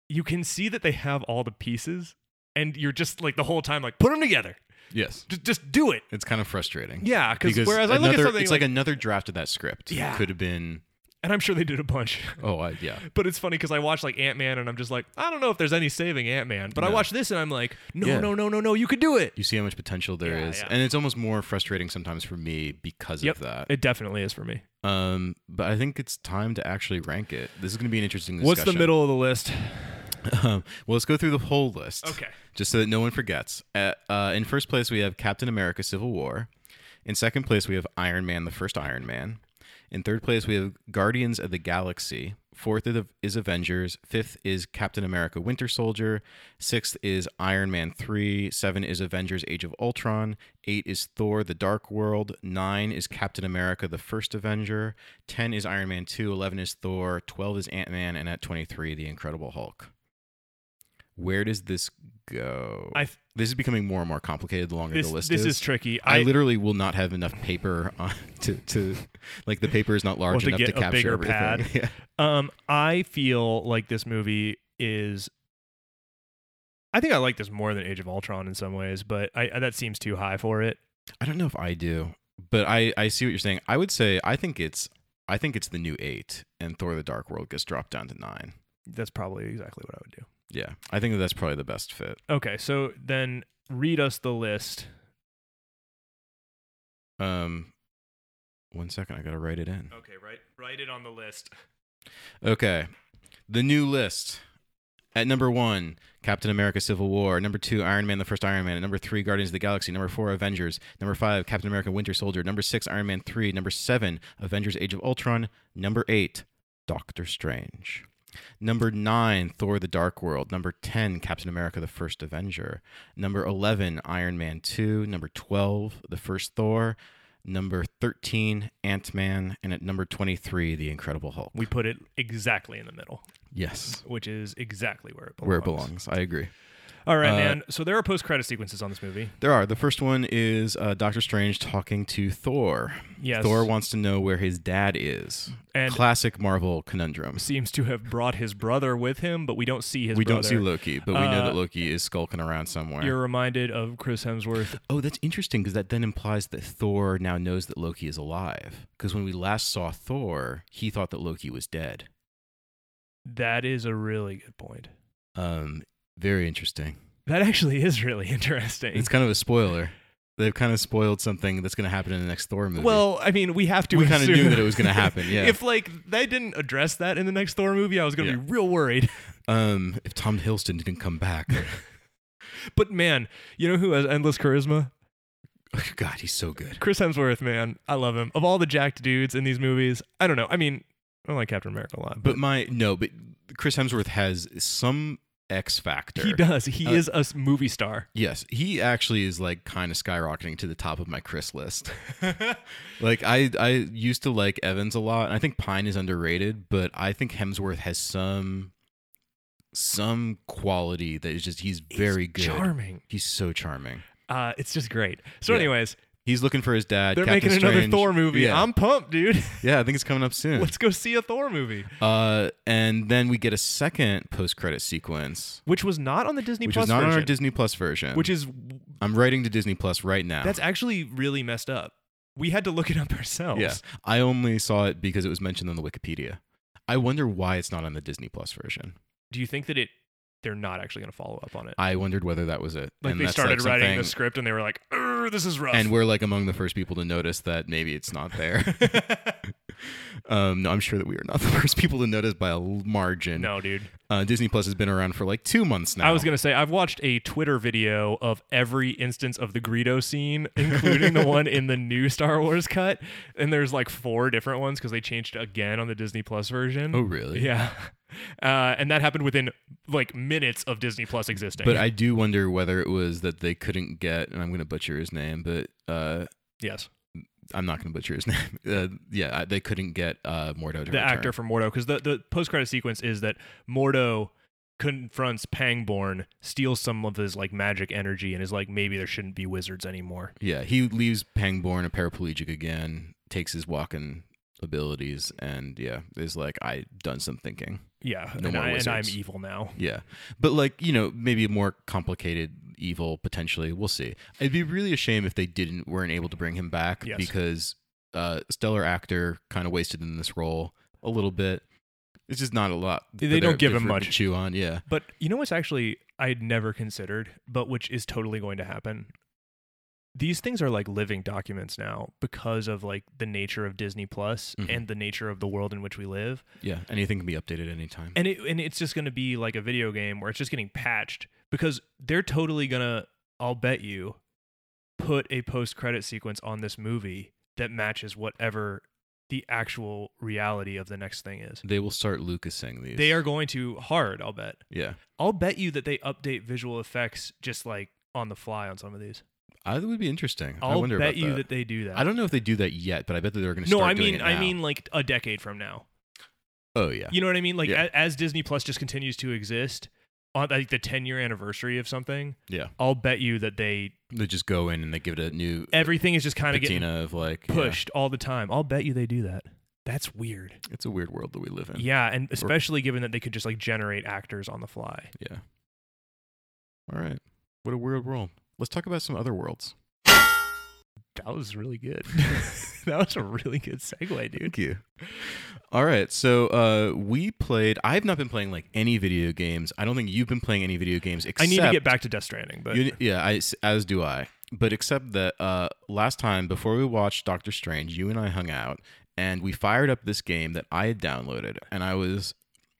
S2: you can see that they have all the pieces and you're just like the whole time like put them together
S1: yes.
S2: just, just do it
S1: It's kind of frustrating.
S2: yeah cause
S1: because
S2: whereas
S1: another,
S2: i look at something
S1: it's like, another draft of that script.
S2: Yeah.
S1: could have been.
S2: and i'm sure they did a bunch
S1: Oh, I, yeah.
S2: but it's funny because i watch like ant-man and i'm just like i don't know if there's any saving ant-man but i
S1: No.
S2: watch this and i'm like no
S1: Yeah.
S2: no no no no you could do it
S1: You see how much potential there is,
S2: Yeah, yeah.
S1: and it's almost more frustrating sometimes for me because
S2: Yep.
S1: of that.
S2: it definitely is for me
S1: Um, but I think it's time to actually rank it. This is going to be an interesting. Discussion.
S2: what's the middle of the list
S1: Um, well, let's go through the whole list.
S2: Okay.
S1: Just so that no one forgets. Uh, uh, in first place, we have Captain America: Civil War. In second place, we have Iron Man: The First Iron Man. In third place, we have Guardians of the Galaxy. Fourth is- is Avengers. Fifth is Captain America: Winter Soldier. Sixth is Iron Man Three. Seven is Avengers: Age of Ultron. Eight is Thor: The Dark World. Nine is Captain America: The First Avenger. Ten is Iron Man Two. Eleven is Thor. Twelve is Ant Man, and at twenty-three, The Incredible Hulk where does this go?
S2: I th-
S1: this is becoming more and more complicated the longer
S2: this,
S1: the list
S2: this
S1: is.
S2: is, tricky
S1: I,
S2: i,
S1: literally will not have enough paper on, to to like the paper is not large
S2: to
S1: enough
S2: get
S1: to
S2: a
S1: capture
S2: bigger
S1: everything.
S2: pad.
S1: Yeah.
S2: um i feel like this movie is i think i like this more than age of ultron in some ways but I, I that seems too high for it
S1: I don't know if I do, but I I see what you're saying. I would say I think it's I think it's the new eight, and Thor: The Dark World gets dropped down to nine.
S2: that's probably exactly what i would do
S1: Yeah, I think that that's probably the best fit.
S2: Okay, so then read us the list.
S1: Um, one second, I gotta write it in.
S2: Okay, write write it on the list.
S1: Okay. The new list. At number one, Captain America Civil War. Number two, Iron Man the First Iron Man. At number three, Guardians of the Galaxy. Number four, Avengers. Number five, Captain America Winter Soldier. Number six, Iron Man 3. Number seven, Avengers Age of Ultron. Number eight, Doctor Strange. Number nine, Thor the Dark World. Number 10, Captain America the First Avenger. Number 11, Iron Man 2. Number 12, The First Thor. Number 13, Ant Man. And at number 23, The Incredible Hulk.
S2: We put it exactly in the middle,
S1: Yes.
S2: which is exactly where it belongs.
S1: Where it belongs. I agree.
S2: All right,
S1: Uh,
S2: man. So there are post credit sequences on this movie.
S1: There are. The first one is uh, Doctor Strange talking to Thor.
S2: Yes.
S1: Thor wants to know where his dad is.
S2: And-
S1: Classic Marvel conundrum.
S2: seems to have brought his brother with him, but we don't see his
S1: We don't
S2: brother.
S1: see Loki, but we know
S2: Uh,
S1: that Loki is skulking around somewhere.
S2: You're reminded of Chris Hemsworth.
S1: oh, that's interesting because that then implies that Thor now knows that Loki is alive. Because when we last saw Thor, he thought that Loki was dead.
S2: That is a really good point.
S1: Um, very interesting.
S2: That actually is really interesting.
S1: It's kind of a spoiler. They've kind of spoiled something that's going to happen in the next Thor movie.
S2: Well, I mean, we have to.
S1: We kinda
S2: assume-
S1: knew that it was gonna happen, yeah.
S2: if like they didn't address that in the next Thor movie, I was gonna
S1: Yeah.
S2: be real worried.
S1: um, if Tom Hiddleston didn't come back.
S2: But man, you know who has endless charisma?
S1: God, he's so good.
S2: Chris Hemsworth, man, I love him. Of all the jacked dudes in these movies, I don't know. I mean, I like Captain America a lot, but,
S1: But my no, but Chris Hemsworth has some X factor.
S2: he does. He
S1: Uh,
S2: is a s- movie star.
S1: Yes, he actually is like kind of skyrocketing to the top of my Chris list. like I I used to like Evans a lot, and I think Pine is underrated, but I think Hemsworth has some some quality that is just he's very good.
S2: charming.
S1: He's so charming.
S2: Uh, it's just great. So,
S1: Yeah.
S2: anyways,
S1: He's looking for his dad.
S2: they're
S1: Captain
S2: making another
S1: Strange.
S2: Thor movie.
S1: Yeah.
S2: I'm pumped, dude.
S1: yeah, I think it's coming up soon.
S2: Let's go see a Thor movie,
S1: Uh, and then we get a second post credit sequence,
S2: which was not on the Disney
S1: which
S2: Plus
S1: is not on
S2: version,
S1: our Disney Plus version.
S2: which is
S1: I'm writing to Disney Plus right now.
S2: that's actually really messed up. We had to look it up ourselves.
S1: Yeah. I only saw it because it was mentioned on the Wikipedia. I wonder why it's not on the Disney Plus version.
S2: Do you think that it? They're not actually going to follow up on it.
S1: I wondered whether that was it.
S2: Like
S1: And
S2: they
S1: that's,
S2: started
S1: like,
S2: writing the
S1: something-
S2: script and they were like, "Urgh, "This is rough."
S1: And we're like among the first people to notice that maybe it's not there. um, no, I'm sure that we are not the first people to notice by a l- margin.
S2: no, dude.
S1: Uh, Disney Plus has been around for like two months now.
S2: I was gonna say I've watched a Twitter video of every instance of the Greedo scene, including the one in the new Star Wars cut, and there's like four different ones because they changed it again on the Disney Plus version.
S1: Oh, really?
S2: yeah, uh, and that happened within like minutes of Disney Plus existing.
S1: But I do wonder whether it was that they couldn't get, and I'm going to butcher his name, but uh,
S2: yes,
S1: I'm not going to butcher his name. Uh, yeah, I- they couldn't get uh, Mordo to
S2: the actor for Mordo, because the the post credit sequence is that Mordo confronts Pangborn, steals some of his like magic energy, and is like, maybe there shouldn't be wizards anymore.
S1: Yeah, he leaves Pangborn a paraplegic again, takes his walking abilities, and yeah, is like, I done some thinking.
S2: Yeah,
S1: No
S2: and,
S1: more
S2: I, and I'm
S1: wizards.
S2: evil now.
S1: Yeah. But like, you know, maybe a more complicated evil potentially. We'll see. It'd be really a shame if they didn't weren't able to bring him back
S2: Yes.
S1: because uh stellar actor kind of wasted in this role a little bit. It's just not a lot.
S2: They
S1: for
S2: don't
S1: their-
S2: give him
S1: for-
S2: much.
S1: to chew on. Yeah.
S2: But you know what's actually I had never considered, but which is totally going to happen. These things are like living documents now because of like the nature of Disney Plus
S1: Mhm.
S2: and the nature of the world in which we live.
S1: Yeah. Anything can be updated anytime.
S2: And it and it's just going to be like a video game where it's just getting patched because they're totally going to I'll bet you put a post-credit sequence on this movie that matches whatever the actual reality of the next thing is.
S1: they will start Lucasing these.
S2: They are going to hard, I'll bet.
S1: Yeah.
S2: I'll bet you that they update visual effects just like on the fly on some of these.
S1: I, that would be interesting. I
S2: I'll
S1: wonder
S2: bet
S1: about
S2: you
S1: that.
S2: that. they do that.
S1: I don't know if they do that yet, but I bet that they're going to.
S2: No,
S1: start
S2: I
S1: doing
S2: mean,
S1: it
S2: I
S1: now.
S2: mean like a decade from now.
S1: oh yeah,
S2: You know what I mean? Like
S1: Yeah.
S2: a, as Disney Plus just continues to exist on like the 10 year anniversary of something.
S1: Yeah.
S2: I'll bet you that they
S1: they just go in and they give it a new
S2: everything is just kind of getting
S1: patina of like yeah.
S2: pushed all the time. I'll bet you they do that. That's weird.
S1: It's a weird world that we live in.
S2: Yeah, and especially given that they could just like generate actors on the fly.
S1: Yeah. All right. What a weird world. Let's talk about some other worlds.
S2: That was really good. that was a really good segue, dude.
S1: Thank you. All right. So uh, we played. I've not been playing like any video games. I don't think you've been playing any video games. Except
S2: I need to get back to Death Stranding, but
S1: You- yeah, I, as do I. But except that uh, last time before we watched Doctor Strange, you and I hung out and we fired up this game that I had downloaded, and I was.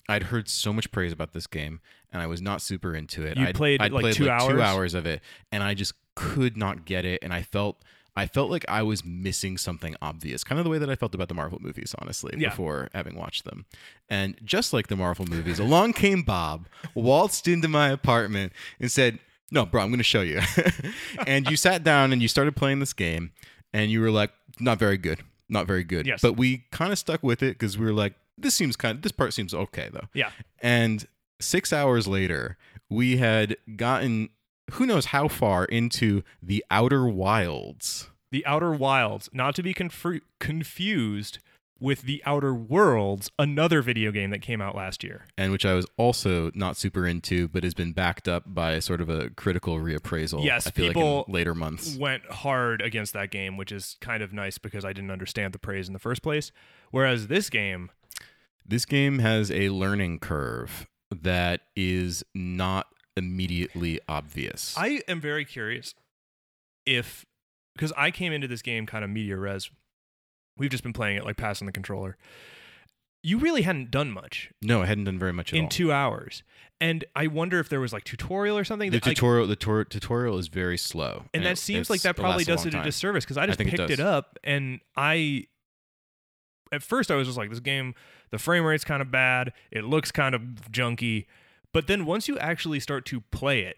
S1: I'd heard so much praise about this game, and I was not super into it.
S2: You
S1: I'd,
S2: played,
S1: I'd
S2: like,
S1: played
S2: two
S1: like two
S2: hours?
S1: hours of it, and I just could not get it. And I felt, I felt like I was missing something obvious, kind of the way that I felt about the Marvel movies, honestly,
S2: Yeah.
S1: before having watched them. And just like the Marvel movies, along came Bob, waltzed into my apartment, and said, "No, bro, I'm going to show you." and you sat down and you started playing this game, and you were like, "Not very good, not very good."
S2: Yes.
S1: But we kind of stuck with it because we were like, "This seems kind. This part seems okay, though."
S2: yeah.
S1: And six hours later, we had gotten who knows how far into the outer wilds.
S2: The Outer Wilds, not to be conf- confused with The Outer Worlds, another video game that came out last year.
S1: And which I was also not super into, but has been backed up by sort of a critical reappraisal.
S2: Yes,
S1: I feel
S2: people-
S1: like in later months.
S2: Went hard against that game, which is kind of nice because I didn't understand the praise in the first place. Whereas this game,
S1: This game has a learning curve that is not immediately obvious.
S2: I am very curious if, because I came into this game kind of media res. We've just been playing it like passing the controller. you really hadn't done much
S1: No, I hadn't done very much at
S2: in
S1: all.
S2: two hours. And I wonder if there was like tutorial or something.
S1: the
S2: that, like,
S1: tutorial the tor- tutorial is very slow,
S2: and that
S1: it-
S2: seems like
S1: it's-
S2: that probably
S1: lasts
S2: does
S1: long
S2: it a
S1: time.
S2: disservice because I just
S1: think it
S2: picked
S1: does.
S2: it up and I. At first, I was just like, this game, the frame rate's kind of bad. It looks kind of junky. But then once you actually start to play it,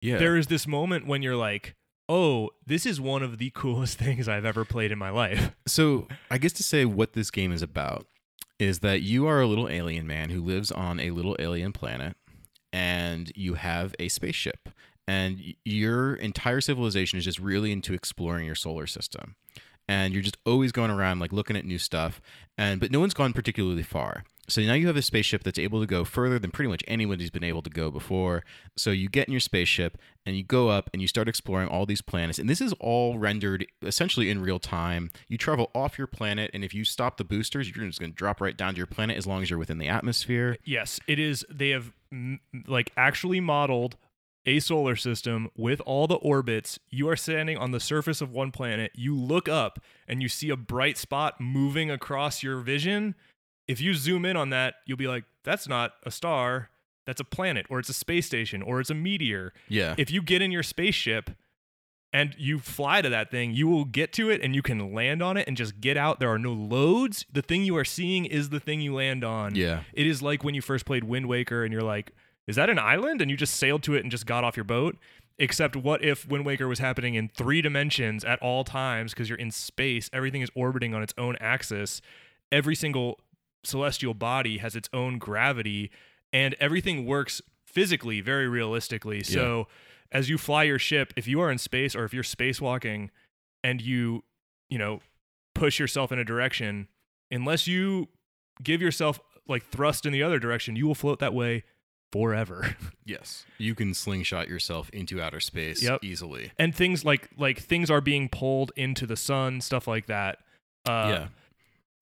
S1: Yeah,
S2: there is this moment when you're like, oh, this is one of the coolest things I've ever played in my life.
S1: So, I guess to say what this game is about is that you are a little alien man who lives on a little alien planet and you have a spaceship and y- your entire civilization is just really into exploring your solar system. And you're just always going around like looking at new stuff and but no one's gone particularly far. So now you have a spaceship that's able to go further than pretty much anybody's been able to go before. So you get in your spaceship and you go up and you start exploring all these planets. And this is all rendered essentially in real time. You travel off your planet, and if you stop the boosters, you're just going to drop right down to your planet as long as you're within the atmosphere.
S2: Yes, it is. They have m- like actually modeled a solar system with all the orbits. You are standing on the surface of one planet. You look up and you see a bright spot moving across your vision. If you zoom in on that, you'll be like, that's not a star. That's a planet, or it's a space station, or it's a meteor.
S1: Yeah.
S2: If you get in your spaceship and you fly to that thing, you will get to it and you can land on it and just get out. There are no loads. The thing you are seeing is the thing you land on.
S1: Yeah.
S2: It is like when you first played Wind Waker and you're like, is that an island? And you just sailed to it and just got off your boat. Except what if Wind Waker was happening in three dimensions at all times because you're in space, everything is orbiting on its own axis, every single celestial body has its own gravity, and everything works physically very realistically. So as you fly your ship, if you are in space or if you're spacewalking and you, you know, push yourself in a direction, unless you give yourself like thrust in the other direction, you will float that way forever.
S1: Yes. You can slingshot yourself into outer space
S2: Yep.
S1: easily.
S2: and things like like things are being pulled into the sun, stuff like that. Uh,
S1: yeah.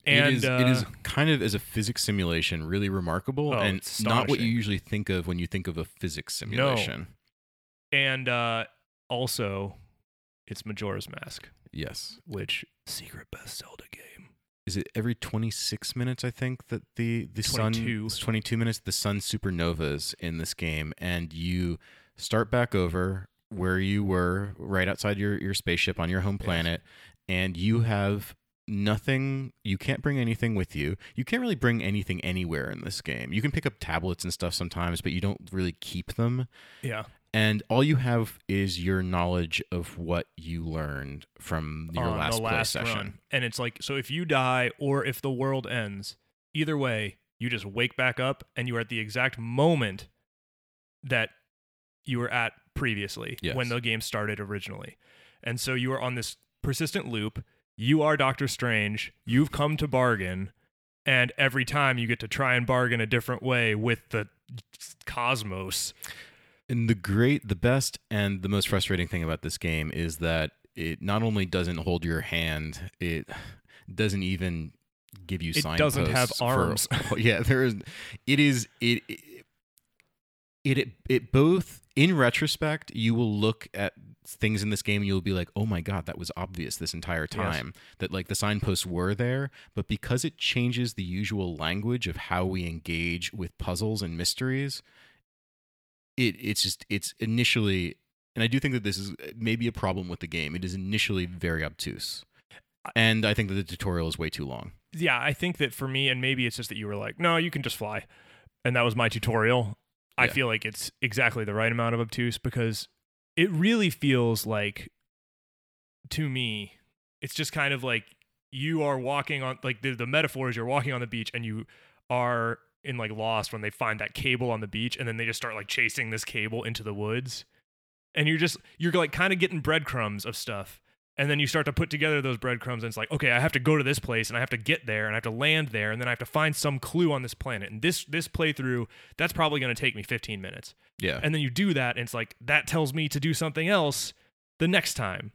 S2: and
S1: it, is,
S2: uh,
S1: it is kind of as a physics simulation really remarkable
S2: Oh,
S1: and
S2: it's
S1: not what you
S2: astonishing.
S1: usually think of when you think of a physics simulation.
S2: and uh, also it's Majora's Mask,
S1: Yes.
S2: which secret best Zelda game.
S1: is it every 26 minutes i think that the the sun
S2: 22.
S1: it's 22 minutes the sun supernovas in this game and you start back over where you were right outside your your spaceship on your home planet and you have nothing you can't bring anything with you you can't really bring anything anywhere in this game you can pick up tablets and stuff sometimes but you don't really keep them
S2: Yeah,
S1: and all you have is your knowledge of what you learned from your
S2: on
S1: last,
S2: the last
S1: play session
S2: run. And it's like so if you die or if the world ends, either way, you just wake back up and you are at the exact moment that you were at previously
S1: Yes.
S2: when the game started originally. And so you are on this persistent loop. You are Doctor Strange. You've come to bargain. And every time you get to try and bargain a different way with the cosmos.
S1: And the great, the best, and the most frustrating thing about this game is that it not only doesn't hold your hand, it doesn't even give you
S2: It doesn't have
S1: signposts for-
S2: arms.
S1: yeah, there is. It is. It. it it, it both in retrospect you will look at things in this game and you'll be like oh my god that was obvious this entire time that like the signposts were there but because it changes the usual language of how we engage with puzzles and mysteries it it's just it's initially and I do think that this is uh, maybe a problem with the game. It is initially very obtuse. And I think that the tutorial is way too long.
S2: yeah, I think that for me, and maybe it's just that you were like, no, you can just fly. And that was my tutorial. I
S1: Yeah.
S2: feel like it's exactly the right amount of obtuse because it really feels like, to me, it's just kind of like you are walking on, like the, the metaphor is you're walking on the beach and you are in like Lost when they find that cable on the beach and then they just start like chasing this cable into the woods. And you're just, you're like kind of getting breadcrumbs of stuff and then you start to put together those breadcrumbs and it's like okay i have to go to this place and i have to get there and i have to land there and then i have to find some clue on this planet and this this playthrough that's probably going to take me 15 minutes
S1: Yeah.
S2: and then you do that and it's like that tells me to do something else the next time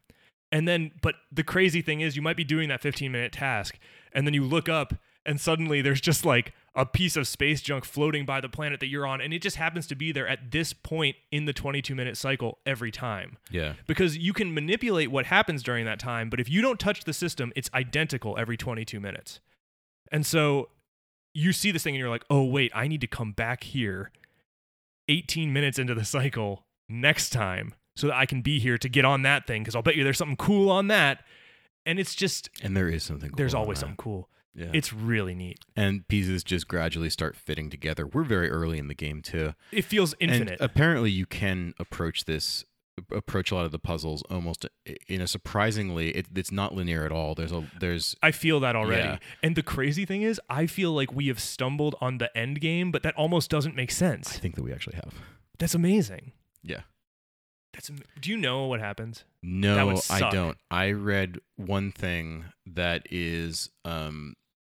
S2: and then but the crazy thing is you might be doing that 15 minute task and then you look up and suddenly there's just like a piece of space junk floating by the planet that you're on and it just happens to be there at this point in the 22 minute cycle every time
S1: yeah.
S2: because you can manipulate what happens during that time, but if you don't touch the system, it's identical every 22 minutes. And so you see this thing and you're like, oh, wait, I need to come back here 18 minutes into the cycle next time so that I can be here to get on that thing because I'll bet you there's something cool on that. And it's just,
S1: And there is something. Cool
S2: there's
S1: on
S2: always
S1: that.
S2: something cool.
S1: Yeah.
S2: It's really neat.
S1: and pieces just gradually start fitting together. We're very early in the game too.
S2: It feels infinite.
S1: And uh, apparently, you can approach this approach a lot of the puzzles almost eh, in a surprisingly it, it's not linear at all there's a there's
S2: I feel that already.
S1: Yeah.
S2: And the crazy thing is, I feel like we have stumbled on the end game, but that almost doesn't make
S1: i
S2: sense.
S1: think that we actually have
S2: That's amazing.
S1: Yeah.
S2: That's am- Do you know what happens? would
S1: no i
S2: suck.
S1: don't i read one thing that is um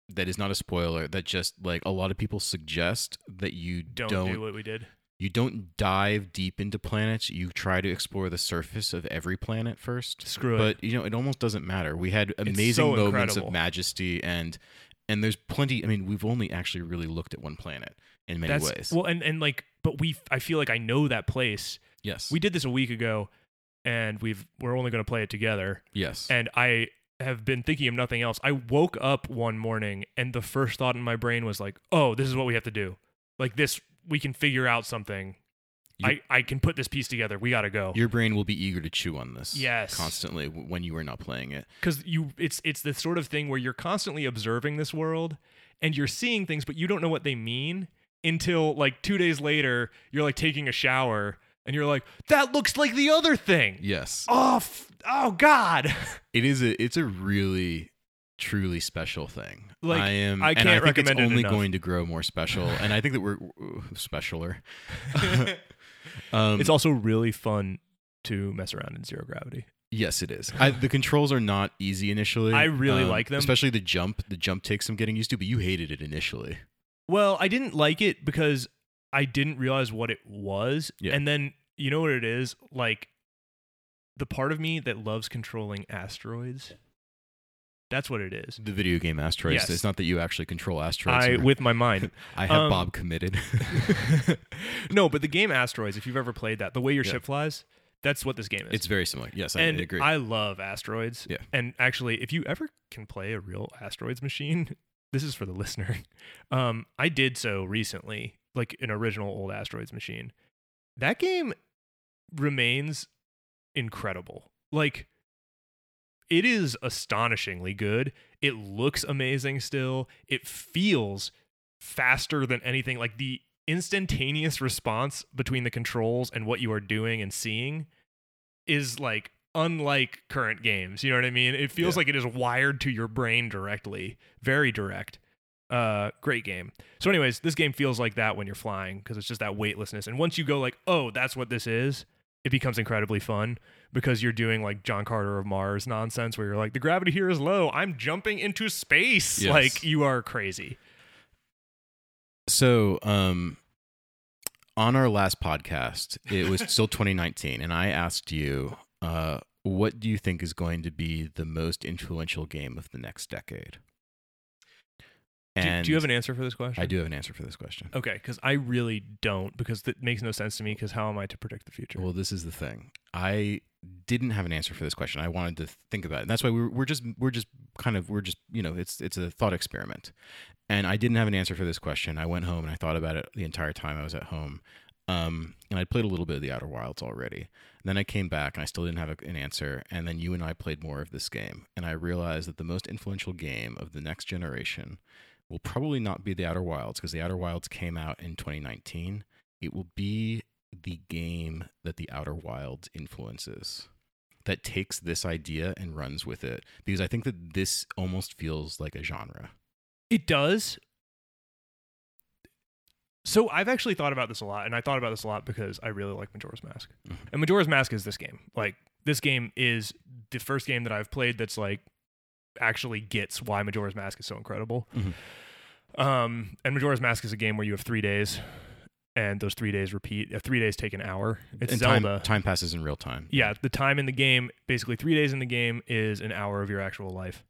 S1: that is not a spoiler that just like a lot of people suggest that you
S2: Don't,
S1: don't
S2: do what we did.
S1: you don't dive deep into planets you try to explore the surface of every planet first
S2: Screw it.
S1: but you know it almost doesn't matter we had amazing
S2: so
S1: moments
S2: incredible.
S1: of majesty and and there's plenty i mean we've only actually really looked at one planet in many
S2: That's
S1: ways
S2: well, and and like, but we. I feel like I know that place.
S1: yes
S2: We did this a week ago, and we've we're only going to play it together.
S1: yes
S2: And I have been thinking of nothing else. I woke up one morning, and the first thought in my brain was like, "Oh, this is what we have to do. Like this, we can figure out something.
S1: You-
S2: I I can put this piece together. We got to go
S1: your brain will be eager to chew on this
S2: Yes.
S1: constantly w- when you are not playing it
S2: because you. It's it's the sort of thing where you're constantly observing this world, and you're seeing things, but you don't know what they mean until like two days later, you're like taking a shower, and you're like, "That looks like the other thing."
S1: yes
S2: Oh, f- oh God.
S1: it is a it's a really truly special thing
S2: Like,
S1: i am
S2: I
S1: and
S2: can't
S1: think it's
S2: recommend it
S1: only
S2: enough.
S1: going to grow more special and i think that we're ooh, specialer um
S2: it's also really fun to mess around in zero gravity.
S1: Yes, it is. I, the controls are not easy initially. um,
S2: I really like them.
S1: especially the jump. The jump takes some getting used to, but you hated it initially.
S2: Well, I didn't like it because I didn't realize what it was.
S1: Yeah.
S2: And then you know what it is? Like the part of me that loves controlling asteroids. That's what it is.
S1: The video game asteroids.
S2: Yes.
S1: It's not that you actually control asteroids.
S2: I
S1: here.
S2: with my mind.
S1: I have
S2: um,
S1: Bob committed.
S2: no, but the game Asteroids, if you've ever played that, the way your
S1: Yeah.
S2: ship flies, that's what this game is.
S1: it's very similar. Yes, I
S2: and
S1: agree.
S2: I love asteroids.
S1: Yeah.
S2: And actually, if you ever can play a real asteroids machine, this is for the listener. Um, I did so recently, like an original old asteroids machine. That game remains incredible. Like it is astonishingly good. It looks amazing still. It feels faster than anything. Like the instantaneous response between the controls and what you are doing and seeing is like unlike current games. You know what I mean? It feels
S1: Yeah.
S2: like it is wired to your brain directly, very direct. Uh, great game. So, anyways, this game feels like that when you're flying because it's just that weightlessness. And once you go like, oh, that's what this is, it becomes incredibly fun because you're doing like John Carter of Mars nonsense where you're like, the gravity here is low. I'm jumping into space.
S1: Yes.
S2: Like you are crazy.
S1: so, um, on our last podcast, it was still 2019, and I asked you, uh, what do you think is going to be the most influential game of the next decade?
S2: do, do you have an answer for this question?
S1: I do have an answer for this question.
S2: Okay, because I really don't because that makes no sense to me. Because how am I to predict the future?
S1: Well, this is the thing. I didn't have an answer for this question. I wanted to think about it. And that's why we're, we're just we're just kind of we're just you know it's it's a thought experiment. And I didn't have an answer for this question. I went home and I thought about it the entire time I was at home. Um, and I played a little bit of the Outer Wilds already. And then I came back and I still didn't have a- an answer. And then you and I played more of this game, and I realized that the most influential game of the next generation will probably not be the Outer Wilds because the Outer Wilds came out in 2019. It will be the game that the Outer Wilds influences that takes this idea and runs with it because I think that this almost feels like a genre.
S2: It does. So I've actually thought about this a lot, and I thought about this a lot because I really like Majora's Mask.
S1: Mhm.
S2: And Majora's Mask is this game. Like this game is the first game that I've played that's like actually gets why Majora's Mask is so incredible.
S1: Mhm.
S2: Um, and Majora's Mask is a game where you have three days, and those three days repeat. Uh, three days take an hour. It's
S1: and
S2: Zelda.
S1: Time, time passes in real time.
S2: yeah, the time in the game, basically three days in the game is an hour of your actual life.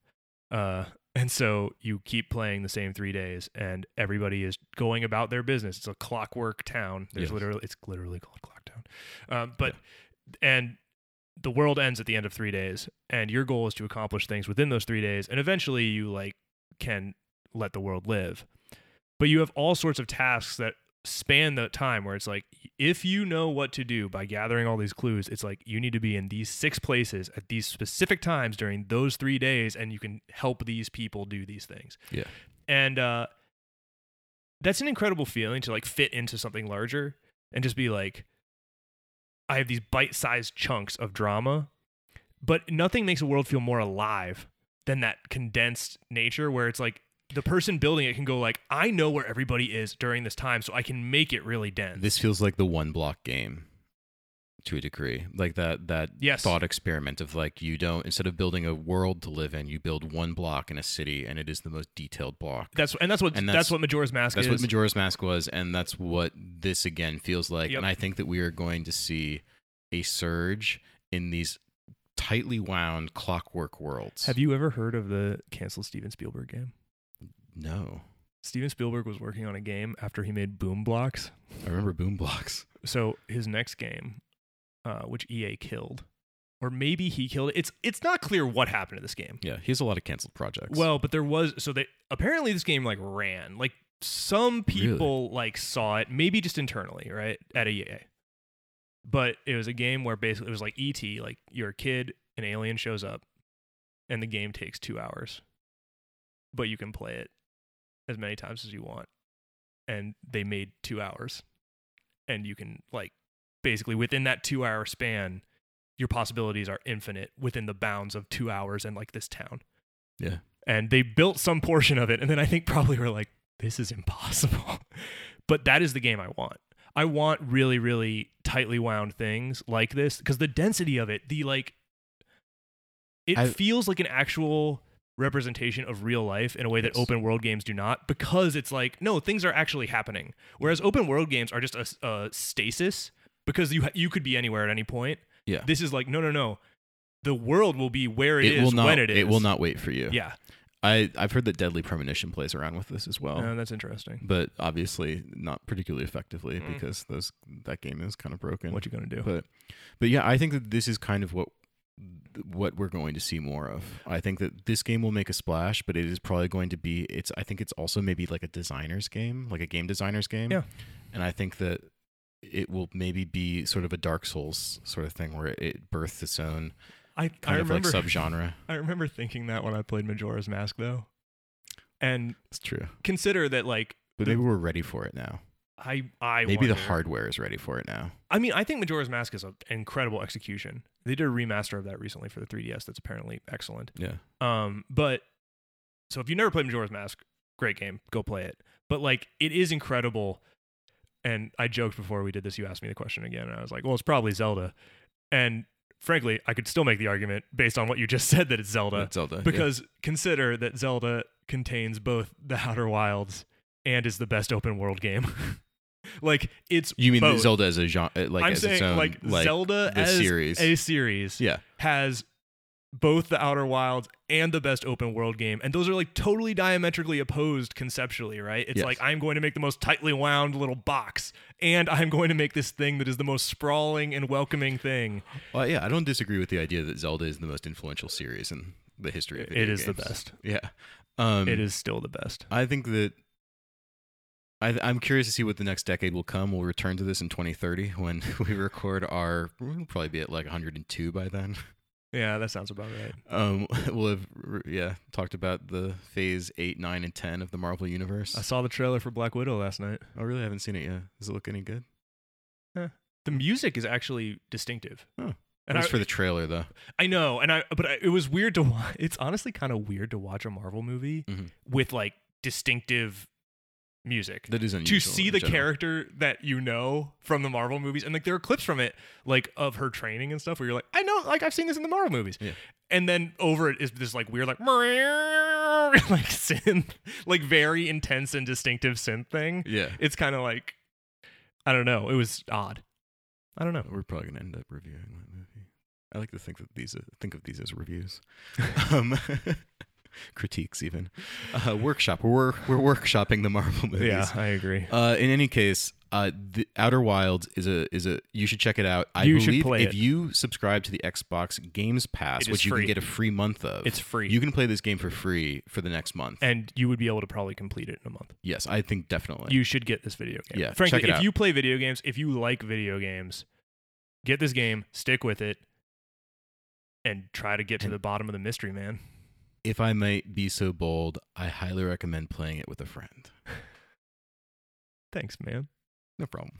S2: Uh, and so you keep playing the same three days, and everybody is going about their business. It's a clockwork town. There's
S1: Yes.
S2: literally it's literally called Clock Town. Um, but and the world ends at the end of three days, and your goal is to accomplish things within those three days, and eventually you like can let the world live. but you have all sorts of tasks that span the time where it's like if you know what to do by gathering all these clues it's like you need to be in these six places at these specific times during those 3 days and you can help these people do these things
S1: Yeah.
S2: and uh that's an incredible feeling to like fit into something larger and just be like i have these bite-sized chunks of drama but nothing makes a world feel more alive than that condensed nature where it's like the person building it can go like i know where everybody is during this time so i can make it really dense
S1: This feels like the one block game to a degree. Like that that
S2: Yes.
S1: thought experiment of like you don't instead of building a world to live in, you build one block in a city and it is the most detailed block.
S2: that's and that's what
S1: And
S2: that's,
S1: that's-
S2: what majora's mask
S1: That's
S2: is
S1: what Majora's Mask was, and that's what this again feels like.
S2: Yep.
S1: And I think that we are going to see a surge in these tightly wound clockwork worlds.
S2: have you ever heard of the canceled steven spielberg game
S1: No,
S2: steven spielberg was working on a game after he made boom blocks
S1: I remember Boom Blocks.
S2: so his next game, uh, which EA killed, or maybe he killed it. It's it's not clear what happened to this game.
S1: Yeah, he has a lot of canceled projects.
S2: Well, but there was so they apparently this game like ran like some people like saw it maybe just internally right at EA, but it was a game where basically it was like ET like you're a kid an alien shows up, and the game takes two hours, but you can play it as many times as you want, and they made two hours, and you can like basically within that two hour span. Your possibilities are infinite within the bounds of two hours and like this town and they built some portion of it and then i think probably were like this is impossible but that is the game i want i want really really tightly wound things like this because the density of it the like it
S1: I-
S2: feels like an actual representation of real life in a way that
S1: Yes.
S2: open world games do not because it's like no things are actually happening whereas open world games are just a, s- a stasis because you ha- you could be anywhere at any point
S1: Yeah.
S2: this is like no no no the world will be where it is
S1: will not.
S2: when it is
S1: will not wait for you.
S2: yeah
S1: I I've heard that Deadly Premonition plays around with this as well.
S2: Uh, that's interesting
S1: but obviously not particularly effectively
S2: Mm.
S1: because those that game is kind of broken.
S2: what you gonna do?
S1: but but yeah i think that this is kind of what what we're going to see more of i think that this game will make a splash but it is probably going to be it's i think it's also maybe like a designer's game like a game designer's game
S2: Yeah.
S1: and i think that it will maybe be sort of a dark souls sort of thing where it births its own
S2: I I
S1: kind of
S2: remember
S1: like subgenre
S2: I remember thinking that when I played Majora's Mask though, and
S1: it's true
S2: consider that like
S1: but
S2: The-
S1: maybe we're ready for it now
S2: I I
S1: maybe the
S2: wonder-
S1: hardware is ready for it now
S2: I mean I think Majora's Mask is an incredible execution. They did a remaster of that recently for the 3DS that's apparently excellent.
S1: yeah
S2: Um, but so if you never played Majora's Mask, great game, go play it. But like it is incredible. And I joked before we did this. You asked me the question again, and I was like, "Well, it's probably Zelda." And frankly, I could still make the argument based on what you just said that it's Zelda.
S1: zelda yeah.
S2: because consider that Zelda contains both the Outer Wilds and is the best open world game. like it's
S1: you mean that
S2: both.
S1: zelda as a genre like
S2: I'm
S1: as
S2: saying
S1: its own,
S2: like,
S1: like
S2: Zelda
S1: the
S2: as
S1: series.
S2: a series
S1: yeah
S2: has both the Outer Wilds and the best open world game, and those are like totally diametrically opposed conceptually, right? It's
S1: Yes.
S2: like I'm going to make the most tightly wound little box, and I'm going to make this thing that is the most sprawling and welcoming thing.
S1: Well, yeah, I don't disagree with the idea that Zelda is the most influential series in the history of video
S2: It is the
S1: games.
S2: best.
S1: Yeah, um,
S2: It is still the best.
S1: I think that I, I'm curious to see what the next decade will come. We'll return to this in 2030 when we record our. We'll probably be at like 102 by then.
S2: Yeah, that sounds about right.
S1: Um, we'll have yeah talked about the phase eight, nine, and ten of the Marvel universe.
S2: I saw the trailer for Black Widow last night.
S1: I really haven't seen it yet. Does it look any good?
S2: The music is actually distinctive.
S1: Huh.
S2: And I,
S1: Thanks for the trailer though.
S2: I know, and I but I, it was weird to watch. It's honestly kind of weird to watch a Marvel movie
S1: Mhm.
S2: with like distinctive music.
S1: That is
S2: to
S1: unusual.
S2: see
S1: in
S2: the
S1: general.
S2: character that you know from the Marvel movies, and like there are clips from it, like of her training and stuff, where you're like, I know, like I've seen this in the Marvel movies,
S1: Yeah.
S2: and then over it is this like weird, like like synth, like very intense and distinctive synth thing.
S1: Yeah,
S2: It's kind of like, I don't know, it was odd. I don't know.
S1: Oh, We're probably gonna end up uh, reviewing that movie. I like to think that these think of these as reviews. um, critiques even uh, workshop we're we're workshopping the marvel movies
S2: Yeah, I agree.
S1: Uh, in any case, uh, the Outer Wilds is a is a you should check it out. I
S2: You should
S1: believe
S2: play
S1: if
S2: it.
S1: you subscribe to the Xbox Games Pass,
S2: It is
S1: which you
S2: free.
S1: can get a free month of,
S2: It's free.
S1: You can play this game for free for the next month.
S2: And you would be able to probably complete it in a month.
S1: yes, I think definitely.
S2: You should get this video game.
S1: Yeah,
S2: Frankly,
S1: check it
S2: if
S1: out.
S2: you play video games, if you like video games, get this game, stick with it, and try to get to
S1: And-
S2: the bottom of the mystery, man.
S1: if I might be so bold, I highly recommend playing it with a friend.
S2: Thanks, man.
S1: No problem.